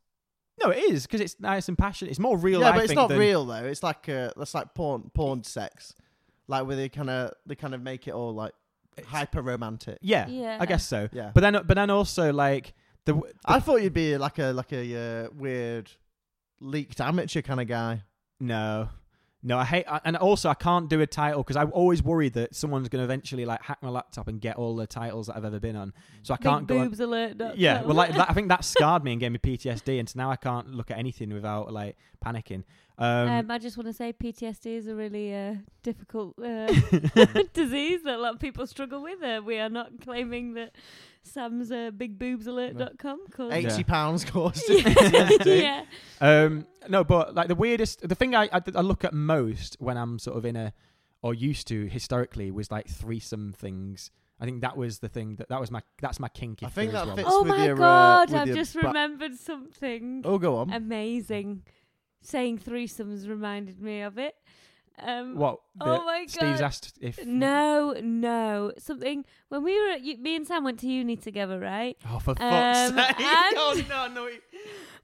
S4: No, it is because it's nice and passionate. It's more real.
S1: yeah,
S4: I
S1: but it's
S4: think,
S1: not
S4: than-
S1: real though. It's like uh, that's like porn, porn sex, like where they kind of they kind of make it all like hyper romantic.
S4: yeah,
S3: Yeah.
S4: I guess so.
S1: Yeah.
S4: But then, but then also like the, w- the
S1: I thought you'd be like a like a uh, weird leaked amateur kind of guy.
S4: No, no, I hate, I, and also I can't do a title because I always worry that someone's going to eventually like hack my laptop and get all the titles that I've ever been on. So I can't
S3: Big
S4: go. On,
S3: boobs alert. dot
S4: yeah,
S3: com.
S4: well, like that, I think that scarred me and gave me PTSD, and so now I can't look at anything without like panicking. Um,
S3: Um, I just want to say PTSD is a really uh, difficult uh, disease that a lot of people struggle with. Uh, we are not claiming that Sam's uh, bigboobesalert.com caused.
S1: Eighty pounds cost.
S3: Yeah. yeah.
S4: um, no, but like the weirdest, the thing I, I I look at most when I'm sort of in a or used to historically was like threesome things. I think that was the thing that that was my that's my kinky.
S1: I think that fits
S3: Oh
S1: with
S3: my
S1: your, uh,
S3: god,
S1: with
S3: I've
S1: your
S3: just
S1: ba-
S3: remembered something
S1: Oh, go
S3: Um,
S1: on.
S3: amazing. Saying threesomes reminded me of it. Um,
S4: What?
S3: Oh
S4: the-
S3: my god.
S4: Steve's asked if
S3: No, no. Something when we were at, u- me and Sam went to uni together, right?
S4: Oh, for
S3: fuck's Um, sake. and-
S4: Oh, no, no.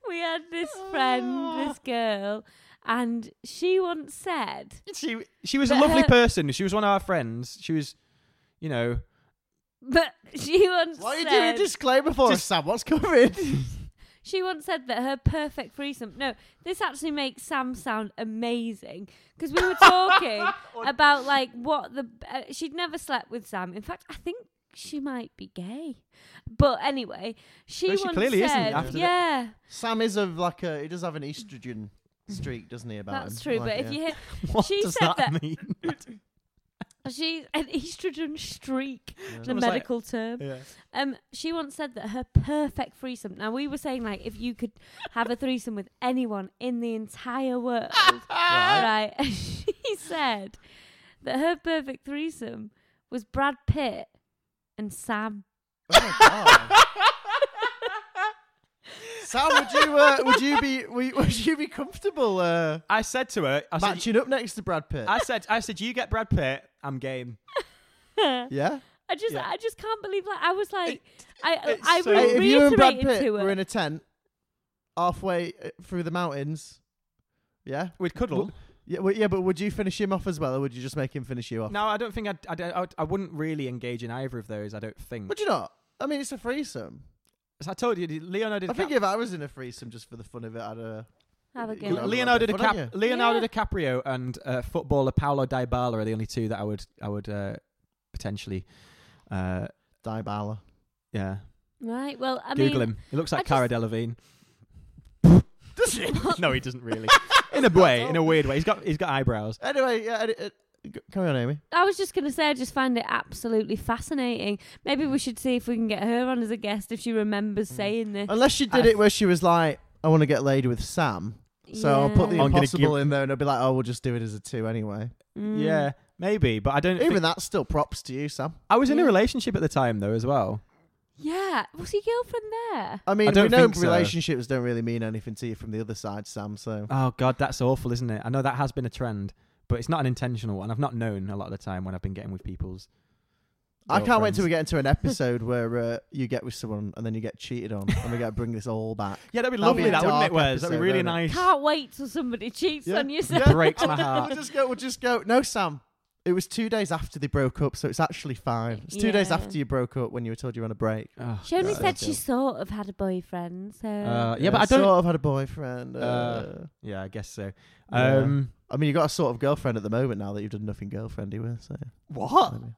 S3: We had this friend, this girl, and she once said
S4: She, she was a
S3: But uh,
S4: lovely
S3: her-
S4: person. She was one of our friends. She was, you know,
S3: but she once
S1: Why are you doing
S3: said
S1: a disclaimer for us,
S4: Just-
S1: Sam? What's covered?
S3: she once said that her perfect threesome no, this actually makes Sam sound amazing. Because we were talking about like what the uh, she'd never slept with Sam. In fact, I think she might be gay. But anyway, she,
S4: No, she
S3: once
S4: clearly isn't
S3: said,
S4: after the-
S3: yeah.
S1: Sam is of like a. He does have an estrogen streak, doesn't he? About
S4: Oh,
S3: That's
S1: him?
S3: true,
S1: Like,
S3: but
S1: yeah.
S3: if you hear
S4: what
S3: She
S4: does
S3: said
S4: that,
S3: that-
S4: mean?
S3: she's an estrogen streak, the
S4: Almost like-
S3: medical term.
S4: yeah.
S3: Um, she once said that her perfect threesome. Now we were saying like if you could have a threesome with anyone in the entire world,
S1: Ah,
S3: right? And she said that her perfect threesome was Brad Pitt and Sam.
S1: Oh my god. Sam, would you uh, would you be would you- would you be comfortable uh,
S4: I said to her, I said,
S1: matching up next to Brad Pitt?
S4: I said, I said, you get Brad Pitt, I'm game.
S1: yeah.
S3: I just,
S4: Yeah.
S3: I just can't believe that. I was like, I,
S4: it's
S3: I
S4: so-
S3: re-
S1: Hey, if you and Brad
S3: reiterated
S1: Pitt
S3: to
S1: were
S3: her.
S1: in a tent halfway uh, through the mountains, yeah,
S4: We'd cuddle.
S1: yeah, well, yeah, but would you finish him off as well, or would you just make him finish you off?
S4: No, I don't think I'd, I'd, I'd, I wouldn't really engage in either of those. I don't think.
S1: Would you not? I mean, it's a threesome.
S4: So I told you, Leonardo.
S1: I
S4: DiCap-
S1: think if I was in a threesome just for the fun of it, I'd. Uh,
S3: Have a
S1: you
S3: go.
S1: know,
S4: Leonardo,
S1: I'd have fun,
S4: DiCap-
S1: wouldn't
S4: Leonardo
S3: Yeah.
S4: DiCaprio and uh, footballer Paolo Dybala are the only two that I would I would uh, potentially uh,
S1: Dybala.
S4: yeah
S3: Right. Well, I
S4: Google
S3: mean,
S4: him. He looks
S3: I
S4: like
S3: just-
S4: Cara Delevingne.
S1: Does he?
S4: no, he doesn't really. In a way, in a weird way, he's got he's got eyebrows.
S1: Anyway, yeah. and it- it- g- Carry on, Amy.
S3: I was just going to say, I just find it absolutely fascinating. Maybe we should see if we can get her on as a guest if she remembers
S4: Mm.
S3: saying this.
S1: Unless she did
S4: I-
S1: it where she was like, "I want to get laid with Sam," so I'll put the
S4: I'm gonna
S1: impossible in there, and I'll be like, "Oh, we'll just do it as a two anyway."
S3: Mm.
S4: Yeah, maybe, but I don't.
S1: Even
S4: think-
S1: that's still props to you, Sam.
S4: I was in a
S3: Yeah.
S4: relationship at the time though, as well.
S3: Yeah. Was your girlfriend there?
S1: I mean,
S4: I don't
S1: we know
S4: think so.
S1: relationships don't really mean anything to you from the other side, Sam. So
S4: Oh God, that's awful, isn't it? I know that has been a trend, but it's not an intentional one. I've not known a lot of the time when I've been getting with people's.
S1: I can't wait
S4: girlfriends.
S1: till we get into an episode where uh, you get with someone and then you get cheated on, and we got to bring this all back.
S4: Yeah, that'd be
S1: That'll
S4: lovely,
S1: be a
S4: that wouldn't
S1: dark
S4: it? Wes? that'd
S1: episode,
S4: be really
S1: won't
S4: nice.
S3: Can't wait till somebody cheats
S1: Yeah.
S3: on you.
S1: Yeah.
S4: Breaks my heart.
S1: We'll just go. We'll just go. No, Sam. It was two days after they broke up, so it's actually fine. It's two days
S3: Yeah.
S1: after you broke up when you were told you were on a break.
S4: Oh,
S3: She only
S1: Yeah.
S4: God.
S3: said she sort of had a boyfriend, so
S4: Uh, yeah,
S1: Uh,
S4: but I don't.
S1: sort of had a boyfriend. Uh,
S4: Uh, yeah, I guess so.
S1: Yeah.
S4: Um,
S1: I mean, you got a sort of girlfriend at the moment now that you've done nothing girlfriendy with. So
S4: What?
S1: maybe.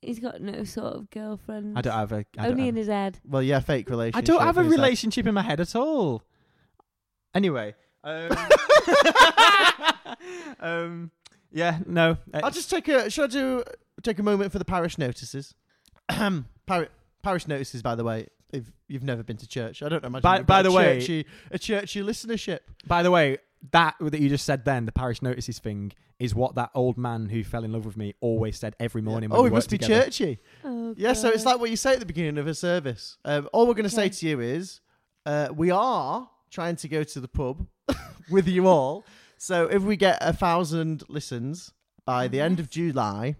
S3: he's got no sort of girlfriend.
S4: I don't have a. I don't
S3: Only
S4: have-
S3: in his head.
S1: Well, yeah, fake relationship.
S4: I don't have a
S1: is that-
S4: relationship in my head at all. Anyway, um, um, yeah, no, uh,
S1: I'll just take a. Should I do take a moment for the parish notices? Par- parish notices, by the way. If you've never been to church, I don't imagine.
S4: By-
S1: you've got
S4: by the
S1: a
S4: way-
S1: churchy, a churchy listenership.
S4: By the way, that that you just said then, the parish notices thing, is what that old man who fell in love with me always said every morning.
S1: oh,
S4: when
S1: it
S4: we
S1: must
S4: worked
S1: be
S4: together.
S1: churchy.
S3: Oh,
S1: Yeah, so it's
S3: God.
S1: like what you say at the beginning of a service. Um, all we're going to say
S3: Okay.
S1: to you is, uh, we are trying to go to the pub with you all. So if we get a thousand listens by the end of
S3: Mm-hmm.
S1: July,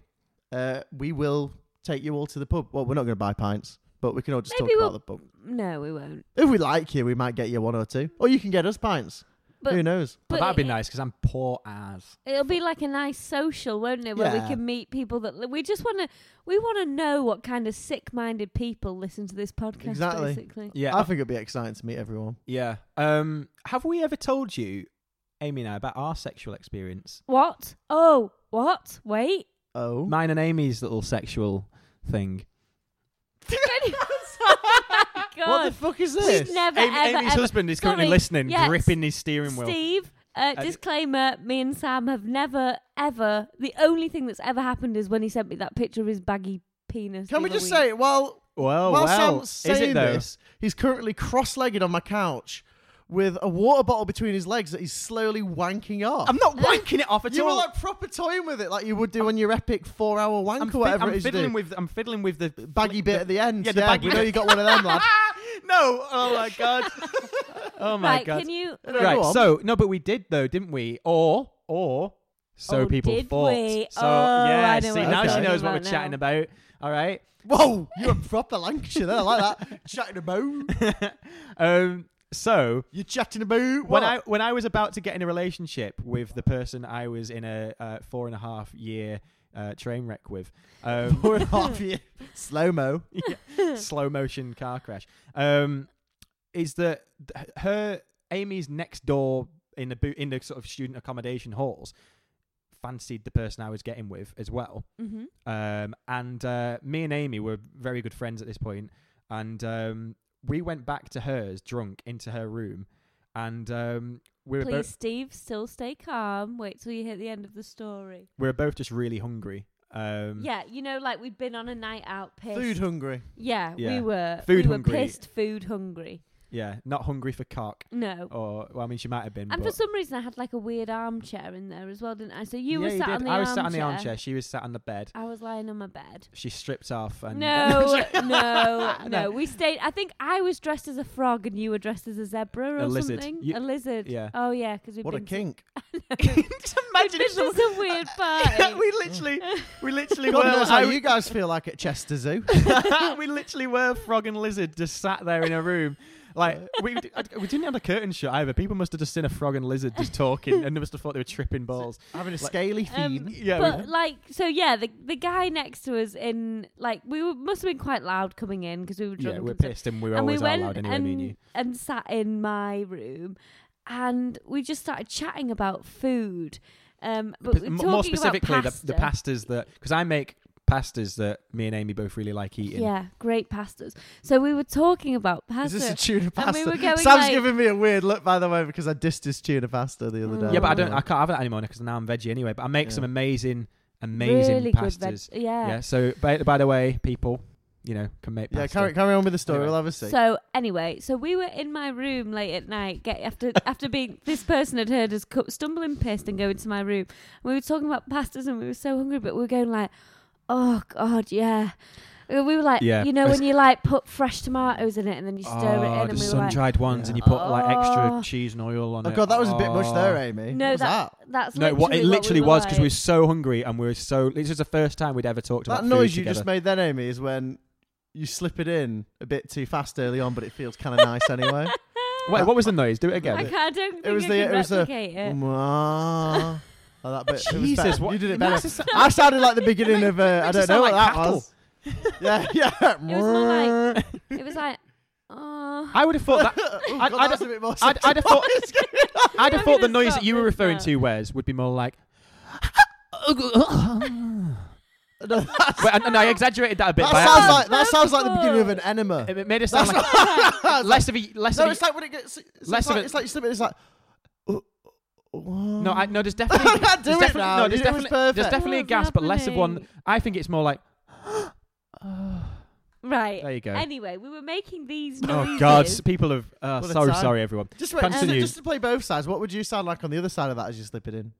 S1: uh, we will take you all to the pub. Well, we're not going to buy pints, but we can all just
S3: Maybe
S1: talk
S3: we'll-
S1: about the pub.
S3: no, we won't.
S1: If we like you, we might get you one or two, or you can get us pints.
S3: But
S1: Who knows?
S3: but
S4: But, that'd be
S3: it-
S4: nice because I'm poor as.
S3: It'll be like a nice social, won't it? Where
S1: Yeah.
S3: we can meet people that we just want to. We want to know what kind of sick-minded people listen to this podcast.
S1: Exactly.
S3: Basically,
S4: Yeah,
S1: I think it'd be exciting to meet everyone.
S4: yeah. Um, have we ever told you, Amy and I, about our sexual experience?
S3: what? Oh, what? Wait.
S1: Oh,
S4: Mine and Amy's little sexual thing.
S3: oh my
S1: what the
S3: God.
S1: fuck is
S3: We've
S1: this?
S3: never
S4: Amy,
S3: ever
S4: Amy's
S3: ever.
S4: husband is currently
S3: Sorry.
S4: listening,
S3: Yes.
S4: gripping his steering wheel.
S3: Steve, uh,
S4: I-
S3: disclaimer: Me and Sam have never, ever. The only thing that's ever happened is when he sent me that picture of his baggy penis.
S1: Can
S3: the
S1: we
S3: other
S1: just
S3: week.
S1: say, well,
S4: Well,
S1: while
S4: well,
S1: Sam's
S4: Oh, is
S1: saying
S4: it though?
S1: this, he's currently cross-legged on my couch with a water bottle between his legs that he's slowly wanking off.
S4: I'm not wanking it off at
S1: uh, you were
S4: all.
S1: like proper toying with it, like you would do on your epic four-hour wank
S4: I'm,
S1: or
S4: fi-
S1: whatever
S4: I'm
S1: it is. you do.
S4: fiddling with. I'm fiddling with the
S1: baggy bit at the end.
S4: Yeah,
S1: Yeah,
S4: the baggy
S1: we know
S4: bit.
S1: you got one of them, lad.
S4: no, oh my god. oh my
S3: right?
S4: god.
S3: Can you?
S1: Go
S4: right.
S1: on.
S4: So no, but we did though, didn't we? Or or so
S3: Oh,
S4: people
S3: did
S4: thought.
S3: we?
S4: So
S3: Oh,
S4: yeah,
S3: I know
S4: see
S3: what
S1: you're
S4: now she
S1: talking
S4: knows what we're
S3: about now.
S4: chatting about. All right.
S1: Whoa, you're a proper Lancashire there, I like that. chatting about.
S4: um. So
S1: You're chatting about.
S4: when
S1: What?
S4: I when I was about to get in a relationship with the person I was in a uh, four and a half year uh, train wreck with, um,
S1: Four and a half year. Slow mo.
S4: slow motion car crash. Um, is that th- her Amy's next door in the boot in the sort of student accommodation halls fancied the person I was getting with as well.
S3: Mhm.
S4: Um, and uh, me and Amy were very good friends at this point, and um, we went back to hers drunk into her room, and um, we were
S3: Please,
S4: both
S3: Steve, still stay calm. Wait till you hear the end of the story.
S4: we were both just really hungry. Um,
S3: Yeah, you know, like we'd been on a night out, pissed.
S1: Food hungry.
S3: Yeah,
S4: Yeah.
S3: we were.
S4: Food
S3: we
S4: hungry.
S3: were pissed, food hungry.
S4: yeah, not hungry for cock.
S3: No.
S4: Or well, I mean, she might have been.
S3: and
S4: Um, but
S3: for some reason, I had like a weird armchair in there as well, didn't I? So you
S4: yeah,
S3: were sat
S4: did.
S3: on the
S4: I was
S3: armchair.
S4: sat on the armchair. She was sat on the bed.
S3: I was lying on my bed.
S4: she stripped off and
S3: No, uh, no, no. We stayed. I think I was dressed as a frog and you were dressed as a zebra or
S4: A lizard.
S3: something.
S4: You-
S3: a lizard.
S4: yeah.
S3: Oh yeah, because we've
S1: What a
S3: been.
S1: kink.
S3: Imagine this is a weird party.
S4: we literally, we literally
S1: God knows how
S4: were.
S1: you guys feel like at Chester Zoo.
S4: I- we literally were frog and lizard just sat there in a room. Like we, d- I- we didn't have a curtain shut either. People must have just seen a frog and lizard just talking, and they must have thought they were tripping balls.
S1: Having a scaly
S3: Um,
S1: theme.
S4: Yeah,
S3: but like, so yeah, the the guy next to us in like we were, must have been quite loud coming in because we were
S4: we,
S3: drunk.
S4: yeah, we're
S3: and stuff.
S4: pissed, and we were
S3: and we
S4: always out
S3: went
S4: loud anyway.
S3: and,
S4: Me and you.
S3: and sat in my room, and we just started chatting about food. Um, but
S4: P-
S3: we're
S4: m-
S3: talking
S4: more specifically,
S3: about pasta.
S4: the the pastas that because I make pastas that me and Amy both really like eating.
S3: Yeah, great pastas. So we were talking about
S1: Is
S3: pasta.
S1: this a tuna
S3: And
S1: pasta?
S3: we were going
S1: Sam's
S3: like-
S1: giving me a weird look, by the way, because I dissed his tuna pasta the other day.
S4: Yeah, but I
S3: Oh.
S4: don't. I can't have that anymore because now I'm veggie anyway. But I make
S1: Yeah.
S4: some amazing, amazing
S3: really
S4: pastas.
S3: good veg- yeah.
S4: Yeah. so by, by the way, people, you know, can make
S1: Yeah,
S4: pasta.
S1: carry, carry on with the story.
S4: Anyway.
S1: We'll have a see.
S3: So anyway, so we were in my room late at night. Get after after being this person had heard us cu- stumbling pissed and going to my room. We were talking about pastas and we were so hungry, but we were going like, oh god, yeah. And We were like,
S4: Yeah. Oh,
S3: you know, when you like put fresh tomatoes in it and then you stir it in,
S4: Ah, the
S3: and we were
S4: sun
S3: like,
S4: dried ones, and you
S1: Yeah.
S4: put like
S3: Oh.
S4: extra cheese and oil on
S1: oh,
S4: it.
S1: God, that was a bit much there, eh?
S4: Oh.
S1: Amy.
S3: no,
S1: what was that?
S3: that's
S4: No, what it
S3: we
S4: literally
S3: were
S4: was because we were
S3: like.
S4: so hungry and we were so. This is the first time we'd ever talked
S1: That
S4: about
S1: noise
S4: food
S1: you just
S4: together.
S1: made then, Amy, is when you slip it in a bit too fast early on, but it feels kind of nice anyway.
S4: Wait, what was the noise? Do it
S3: I,
S4: again.
S3: can't, I don't think
S1: was
S3: I
S1: the-
S3: can
S1: it was the-
S3: replicate it.
S1: Mwah. Oh, that bit. it was
S4: Jesus,
S1: better.
S4: what
S1: you did it
S4: that
S1: better.
S4: s-
S1: I sounded like the beginning of uh, I
S4: makes
S1: don't
S4: it
S1: know
S4: sound
S1: what that
S4: like
S1: was. yeah, yeah.
S3: It was more like- It was like, oh.
S4: I would have thought that.
S1: Ooh,
S4: I'd-
S1: God,
S4: I'd-
S1: that's a bit more.
S4: I'd, I'd have thought. I'd have
S3: I'm
S4: thought
S3: gonna
S4: the noise
S3: stop
S4: that you were
S3: this
S4: referring
S3: now.
S4: to, Wes, would be more like.
S1: No, that
S4: Wait, and, and I exaggerated that a bit.
S1: that
S4: by
S1: sounds like
S4: accident.
S1: that sounds like the beginning of an enema.
S4: It made it sound like less of a less
S1: No,
S4: of
S1: it's like when it gets. It's
S4: less
S1: like,
S4: of it-
S1: It's like you slip it. It's like. uh,
S4: a, no, I, no. There's definitely
S1: I can't do
S4: there's
S1: it
S4: definitely,
S1: now.
S4: no,
S1: You
S4: there's
S1: did it was
S4: definitely, there's
S1: perfect.
S4: definitely a
S3: What's
S4: gas, but less of one.
S3: "Oh, happening?
S4: I think it's more like
S3: Right.
S4: there you go.
S3: Anyway, we were making these noises.
S4: Oh God, s- people have. Uh,
S1: What a
S4: sorry,
S1: time.
S4: sorry, everyone.
S1: Just wait. Just,
S4: Continue.
S1: just to play both sides. What would you sound like on the other side of that as you slip it in?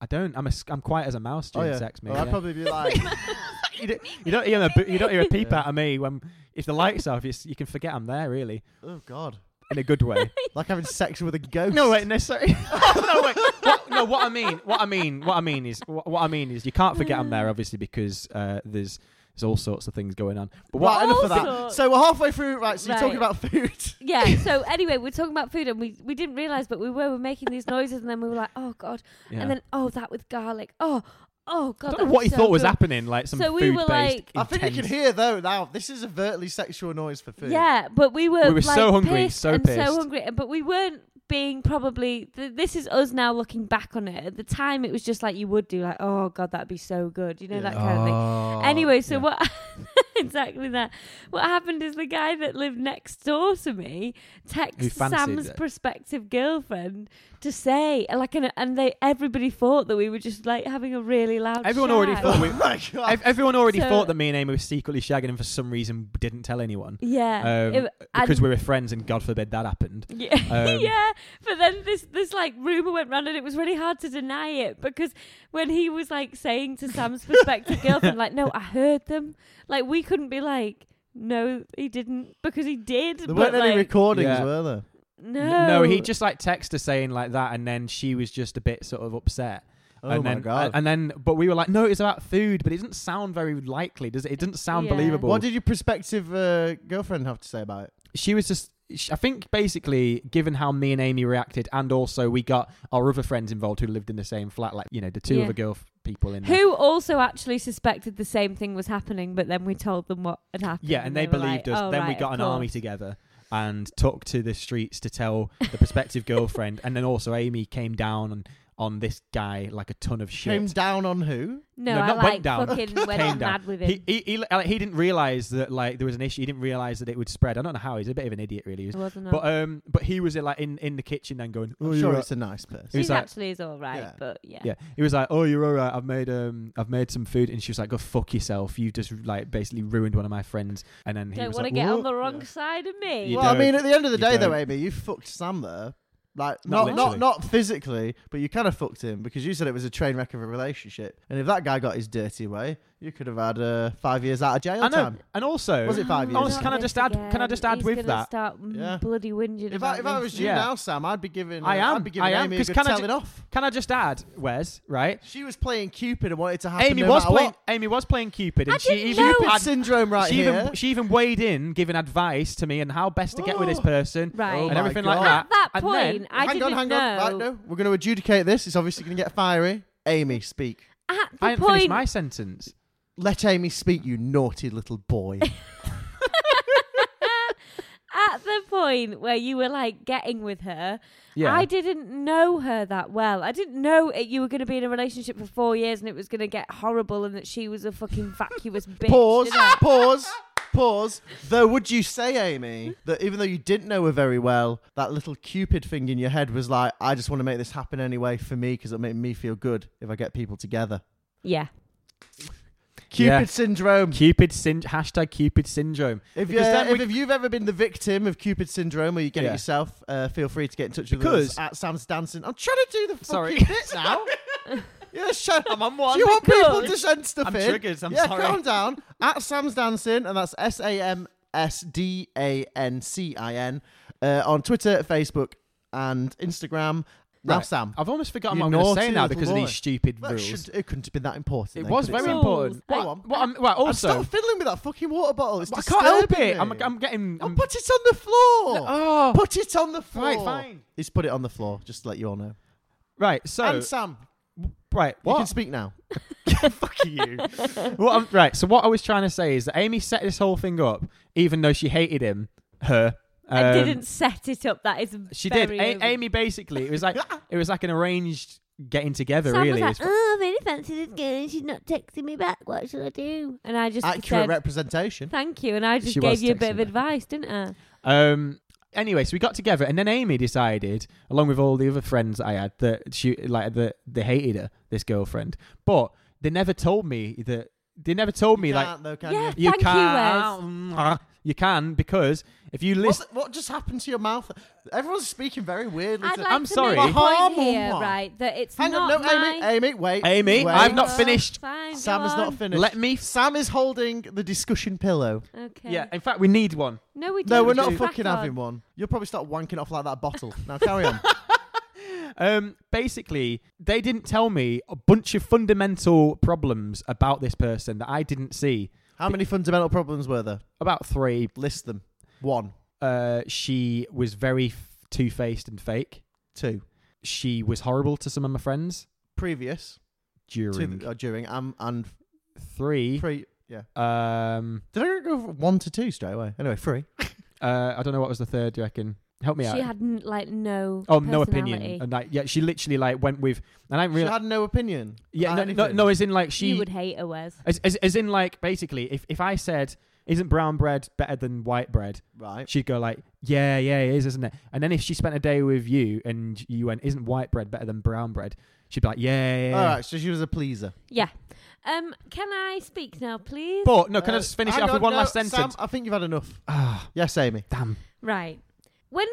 S4: I don't. I'm a. s- I'm quiet as a mouse
S1: Oh
S4: during
S1: yeah.
S4: sex, mate.
S1: Well, I'd
S4: yeah.
S1: probably be like.
S4: you, don't, you don't hear a bo- you don't hear a peep out of me when if the lights off. You, s- you can forget I'm there, really,
S1: Oh God!
S4: in a good way.
S1: Like having sex with a ghost.
S4: no, wait, no, sorry. no, wait. What, no, what I mean, what I mean, what I mean is, what, what I mean is, you can't forget I'm there, obviously, because uh, there's There's all sorts of things going on. But
S1: Right,
S4: what?
S1: enough
S3: All
S1: of that.
S3: sorts.
S1: So we're halfway through. Right, so you're talking
S3: Right.
S1: about food.
S3: Yeah. So anyway, we're talking about food, and we we didn't realize, but we were, were making these noises, and then we were like, oh god,
S4: Yeah.
S3: and then oh that with garlic, oh oh god.
S4: I
S3: that
S4: don't know what
S3: was
S4: he
S3: so
S4: thought was
S3: good.
S4: happening. Like some
S3: So
S4: food
S3: we were
S4: based.
S3: like-
S1: I think you can hear though. Now this is overtly sexual noise for food.
S3: Yeah, but we were
S4: We were
S3: like,
S4: so hungry,
S3: pissed
S4: so
S3: and
S4: pissed.
S3: so hungry, and- but we weren't being probably. Th- this is us now looking back on it. At the time, it was just like you would do, like oh god, that'd be so good, you know
S1: Yeah.
S3: that kind of thing.
S4: Oh,
S3: Anyway, so
S4: yeah.
S3: what exactly that? What happened is the guy that lived next door to me
S4: Who
S3: texted
S4: fancied
S3: Sam's
S4: it.
S3: prospective girlfriend to say like and, and they everybody thought that we were just like having a really loud
S4: Everyone already
S3: shag.
S4: thought
S1: Oh
S4: we-
S1: my god.
S4: Ev- everyone already
S3: So-
S4: thought that me and Amy were secretly shagging, and for some reason didn't tell anyone
S3: yeah
S4: Um,
S3: it- and-
S4: because we were friends, and God forbid that happened.
S3: Yeah,
S4: Um,
S3: yeah. But then this this like rumor went round, and it was really hard to deny it because when he was like saying to Sam's prospective girlfriend, like, "No, I heard them," like we couldn't be like, "No, he didn't," because he did.
S1: there
S3: but,
S1: weren't any
S3: like,
S1: recordings,
S4: Yeah.
S1: were there?
S4: N-
S3: no,
S4: no, he just like texted her saying like that, and then she was just a bit sort of upset.
S1: Oh
S4: and
S1: my
S4: then,
S1: god.
S4: And then, but we were like, no, it's about food, but it doesn't sound very likely, does it? It doesn't sound
S3: Yeah.
S4: believable.
S1: what did your prospective uh, girlfriend have to say about it?
S4: she was just sh- i think basically given how me and amy reacted and also we got our other friends involved who lived in the same flat like you know the two
S3: Yeah.
S4: other girl f- people in there
S3: who also actually suspected the same thing was happening, but then we told them what had happened.
S4: yeah and they,
S3: were
S4: believed
S3: like,
S4: us
S3: "Oh,
S4: then we
S3: right,
S4: got
S3: of
S4: an
S3: course."
S4: army together and took to the streets to tell the prospective girlfriend and then also amy came down on, on this guy like a ton of shit
S1: Came down on who?
S3: No,
S4: No,
S3: I
S4: not went
S3: like
S4: down,
S3: fucking went
S4: came down.
S3: mad with
S4: he,
S3: it.
S4: he, he, like, he didn't realize that like there was an issue he didn't realize that it would spread i don't know how he's a bit of an idiot really he was,
S3: wasn't
S4: but um but he was uh, like in in the kitchen then going
S1: I'm
S4: oh, you're
S1: sure
S4: right."
S1: it's a nice person.
S4: he was
S3: he
S4: like-
S3: actually is all right,
S1: Yeah.
S3: but yeah.
S4: Yeah, he was like, "Oh, you're all right. I've made um, I've made some food," and she was like, "Go fuck yourself. You've just like basically ruined one of my friends." And then he
S3: Don't
S4: was
S3: want to
S4: like,
S3: get on
S4: "What?"
S3: the wrong
S1: Yeah.
S3: side of me.
S4: You
S1: well, I
S4: don't.
S1: mean, at the end of the
S4: You
S1: day, though,
S4: don't.
S1: Amy, you fucked Sam there. Like not
S4: Not
S1: not
S4: literally.
S1: not physically, but you kind of fucked him because you said it was a train wreck of a relationship. And if that guy got his dirty way, you could have had uh, five years out of jail
S4: I know.
S1: time.
S4: And also,
S1: Was it five
S4: I was-
S1: years?
S4: can I
S3: Not
S4: just
S3: this
S4: add? Can I
S3: again.
S4: just add
S3: He's
S4: with
S3: gonna
S4: that?
S3: Start m-
S1: Yeah.
S3: bloody whinging.
S1: If I
S3: about
S1: if I
S3: this.
S1: was you
S4: Yeah.
S1: now, Sam, I'd be giving. uh,
S4: I am.
S1: I'd be giving
S4: I am,
S1: Amy a
S4: 'cause
S1: good
S4: can I ju-
S1: telling off.
S4: Can I just add, Wes? Right?
S1: She was playing Cupid and wanted to happen.
S4: Amy
S1: no
S4: was
S1: matter
S4: playing.
S1: what.
S4: Amy was playing Cupid, and
S3: I
S4: she
S3: didn't
S4: even
S3: know.
S1: Cupid
S4: had-
S1: syndrome right
S4: she
S1: here.
S4: even she even weighed in, giving advice to me and how best to get with this
S1: Oh.
S4: person
S3: Right.
S1: Oh
S4: and
S1: my
S4: everything
S1: God.
S4: like that.
S3: At that
S4: And
S3: point,
S4: then-
S3: I
S1: hang on,
S3: didn't
S1: hang
S3: know.
S1: on. Right, no, we're going to adjudicate this. It's obviously going to get fiery. Amy, speak.
S3: At the
S4: I didn't finish
S3: point,
S4: my sentence.
S1: Let Amy speak, you naughty little boy.
S3: at the point where you were like getting with her,
S4: Yeah.
S3: I didn't know her that well. I didn't know it, you were going to be in a relationship for four years and it was going to get horrible and that she was a fucking vacuous bitch.
S1: pause,
S3: did I?
S1: pause, pause. Though, would you say, Amy, that even though you didn't know her very well, that little Cupid thing in your head was like, I just want to make this happen anyway for me because it'll make me feel good if I get people together?
S3: Yeah.
S1: Cupid
S4: Yeah.
S1: syndrome.
S4: Cupid syn- hashtag Cupid syndrome.
S1: If, you,
S4: Because then
S1: if,
S4: we-
S1: if you've ever been the victim of Cupid syndrome, or you get
S4: Yeah.
S1: it yourself, uh, feel free to get in touch with
S4: Because-
S1: us at Sam's Dancing. I'm trying to do the fucking
S4: Sorry.
S1: bit now. yeah, shut
S4: I'm on one.
S1: Do you want people
S3: Because-
S1: to send stuff
S4: I'm
S1: in?
S4: triggered, I'm
S1: yeah,
S4: sorry.
S1: calm down. At Sam's Dancing, and that's S A M S D A N C I N, uh, on Twitter, Facebook, and Instagram. Now,
S4: Right.
S1: Sam.
S4: I've almost forgotten
S1: You
S4: what I'm going to
S1: naughty
S4: say now
S1: little
S4: because of
S1: boy.
S4: these stupid
S1: That
S4: rules.
S1: should, it couldn't have been that important.
S4: it
S1: then,
S4: was
S1: could
S4: very
S1: Sam?
S3: Rules.
S4: important.
S1: Hang
S4: What,
S1: on.
S4: what I'm, right,
S1: And
S4: also,
S1: stop fiddling with that fucking water bottle. It's
S4: I can't help
S1: disturbing
S4: it. I'm,
S1: me.
S4: I'm getting.
S1: I'll
S4: I'm,
S1: put it on the floor.
S4: oh,
S1: Put it on the floor.
S4: right, fine.
S1: He's put it on the floor, just to let you all know.
S4: Right, so
S1: and Sam,
S4: right,
S1: you can
S4: what?
S1: speak now.
S4: Fuck you. what I'm, right, so what I was trying to say is that Amy set this whole thing up, even though she hated him, her.
S3: I
S4: um,
S3: didn't set it up. That is
S4: She
S3: very
S4: did.
S3: over-
S4: A- Amy basically, it was like it was like an arranged getting together.
S3: Sam
S4: really,
S3: was like,
S4: It's-
S3: "Oh, I really fancy this girl, and she's not texting me back. What should I do?" And I just
S1: Accurate
S3: said,
S1: representation.
S3: "Thank you," and I just
S4: She was
S3: gave you a bit
S4: texting
S3: of
S4: back.
S3: advice, didn't I?
S4: Um. Anyway, so we got together, and then Amy decided, along with all the other friends that I had, that she like that they hated her, this girlfriend. But they never told me that they never told me
S1: You
S4: like
S1: can't, though, can
S3: Yeah.
S1: you?
S4: you
S3: Thank you,
S4: can not you can because if you listen,
S1: What, what just happened to your mouth? Everyone's speaking very weirdly.
S3: I'd
S1: to-
S3: like
S4: I'm
S3: to
S4: sorry.
S3: make a point
S1: Harmon
S3: here,
S1: one.
S3: right? That it's
S1: Hang on,
S3: not
S1: no,
S3: my.
S1: Amy, Amy, wait.
S4: Amy,
S1: wait.
S4: I've not
S3: Oh,
S4: finished.
S3: Fine, go
S1: Sam has not
S3: on.
S1: finished.
S4: let me. F-
S1: Sam is holding the discussion pillow.
S3: Okay.
S4: yeah. In fact, we need one.
S3: No, we.
S1: No,
S3: don't.
S1: we're not
S3: Just
S1: fucking
S3: crack
S1: having
S3: on.
S1: one. You'll probably start wanking off like that bottle. Now carry on.
S4: Um. Basically, they didn't tell me a bunch of fundamental problems about this person that I didn't see.
S1: How many fundamental problems were there?
S4: About three.
S1: List them. One,
S4: Uh, she was very f- two faced and fake.
S1: two.
S4: She was horrible to some of my friends.
S1: Previous
S4: During
S1: to the, uh, during um, and
S4: three,
S1: three. Yeah.
S4: um,
S1: Did I go from one to two straight away? Anyway, three.
S4: uh, I don't know what was the third. Do you reckon? Help me out.
S3: She had n- like no.
S4: oh, no opinion.
S3: personality.
S4: And like, yeah, she literally like went with, and I didn't
S1: She
S4: really.
S1: had no opinion.
S4: Yeah, no,
S1: about
S4: no,
S1: anything.
S4: no, as in like she
S3: you would hate her, Wes.
S4: As, as, as in, like, basically, if, if I said, isn't brown bread better than white bread?
S1: Right.
S4: She'd go like, yeah, yeah, it is, isn't it? And then if she spent a day with you and you went, isn't white bread better than brown bread? She'd be like, yeah, yeah, yeah.
S1: All right. So she was a pleaser.
S3: Yeah. Um, can I speak now, please?
S4: But, no, can I
S1: Uh,
S4: just finish it
S1: hang
S4: off with
S1: on,
S4: one
S1: no,
S4: last
S1: Sam,
S4: sentence?
S1: I think you've had enough.
S4: Ah,
S1: Yes, Amy.
S4: damn.
S3: Right. When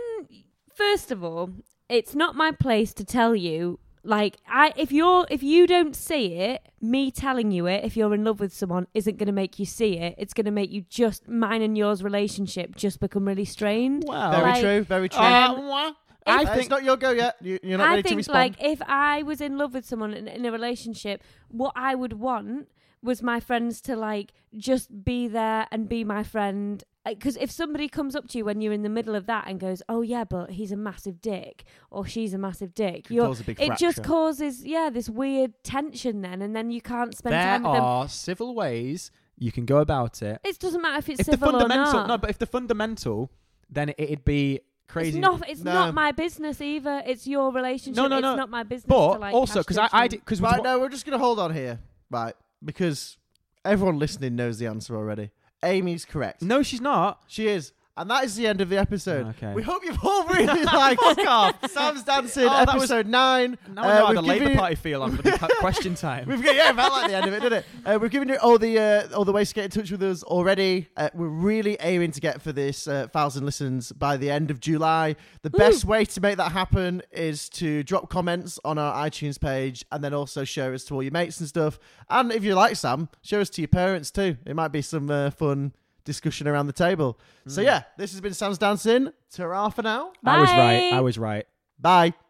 S3: first of all, it's not my place to tell you like I if you're if you don't see it, me telling you it if you're in love with someone isn't going to make you see it. It's going to make you just mine and yours relationship just become really strained.
S4: Wow.
S1: Very
S3: Like,
S1: true. Very
S4: Um,
S1: true.
S3: Um,
S4: I
S1: Uh, it's
S4: think
S1: not your go yet. You, you're not
S3: I
S1: ready to
S3: think
S1: respond.
S3: like if I was in love with someone in, in a relationship, what I would want was my friends to like just be there and be my friend. Because if somebody comes up to you when you're in the middle of that and goes, "Oh yeah, but he's a massive dick" or "She's a massive dick,"
S1: Could
S3: you're,
S1: cause a big
S3: it just
S1: fracture.
S3: causes yeah this weird tension then, and then you can't spend
S4: there
S3: time with them.
S4: are civil ways you can go about it.
S3: It doesn't matter if it's
S4: If the
S3: civil or
S4: fundamental,
S3: not.
S4: no, but if the fundamental, then it, it'd be
S3: it's
S4: crazy.
S3: not. It's
S1: No.
S3: not my business either. It's your relationship.
S4: No, no,
S3: it's
S4: no.
S3: not my business.
S4: but
S3: to, like,
S4: also,
S3: have
S4: because I, I
S3: tension.
S4: did, because
S1: Right, no, we're just going to hold on here. Right, because everyone listening knows the answer already. Amy's correct.
S4: no, she's not.
S1: She is. And that is the end of the episode.
S4: Okay.
S1: We hope you've all really liked Sam's Dancing,
S4: Oh, that was-
S1: episode 9.
S4: Now I know
S1: Uh,
S4: how
S1: we've
S4: the Labour
S1: given you-
S4: Party feel on for the cu- question time.
S1: We've got, yeah, it felt like the end of it, didn't it? Uh, we've given you all the uh, all the ways to get in touch with us already. Uh, we're really aiming to get for this uh, thousand listens by the end of July. The best way to make that happen is to drop comments on our iTunes page and then also share us to all your mates and stuff. And if you like Sam, share us to your parents too. It might be some uh, fun discussion around the table. So yeah, this has been Sam's dancing. Ta-ra for now.
S4: I was right.
S3: Bye.
S4: I was right.
S1: Bye.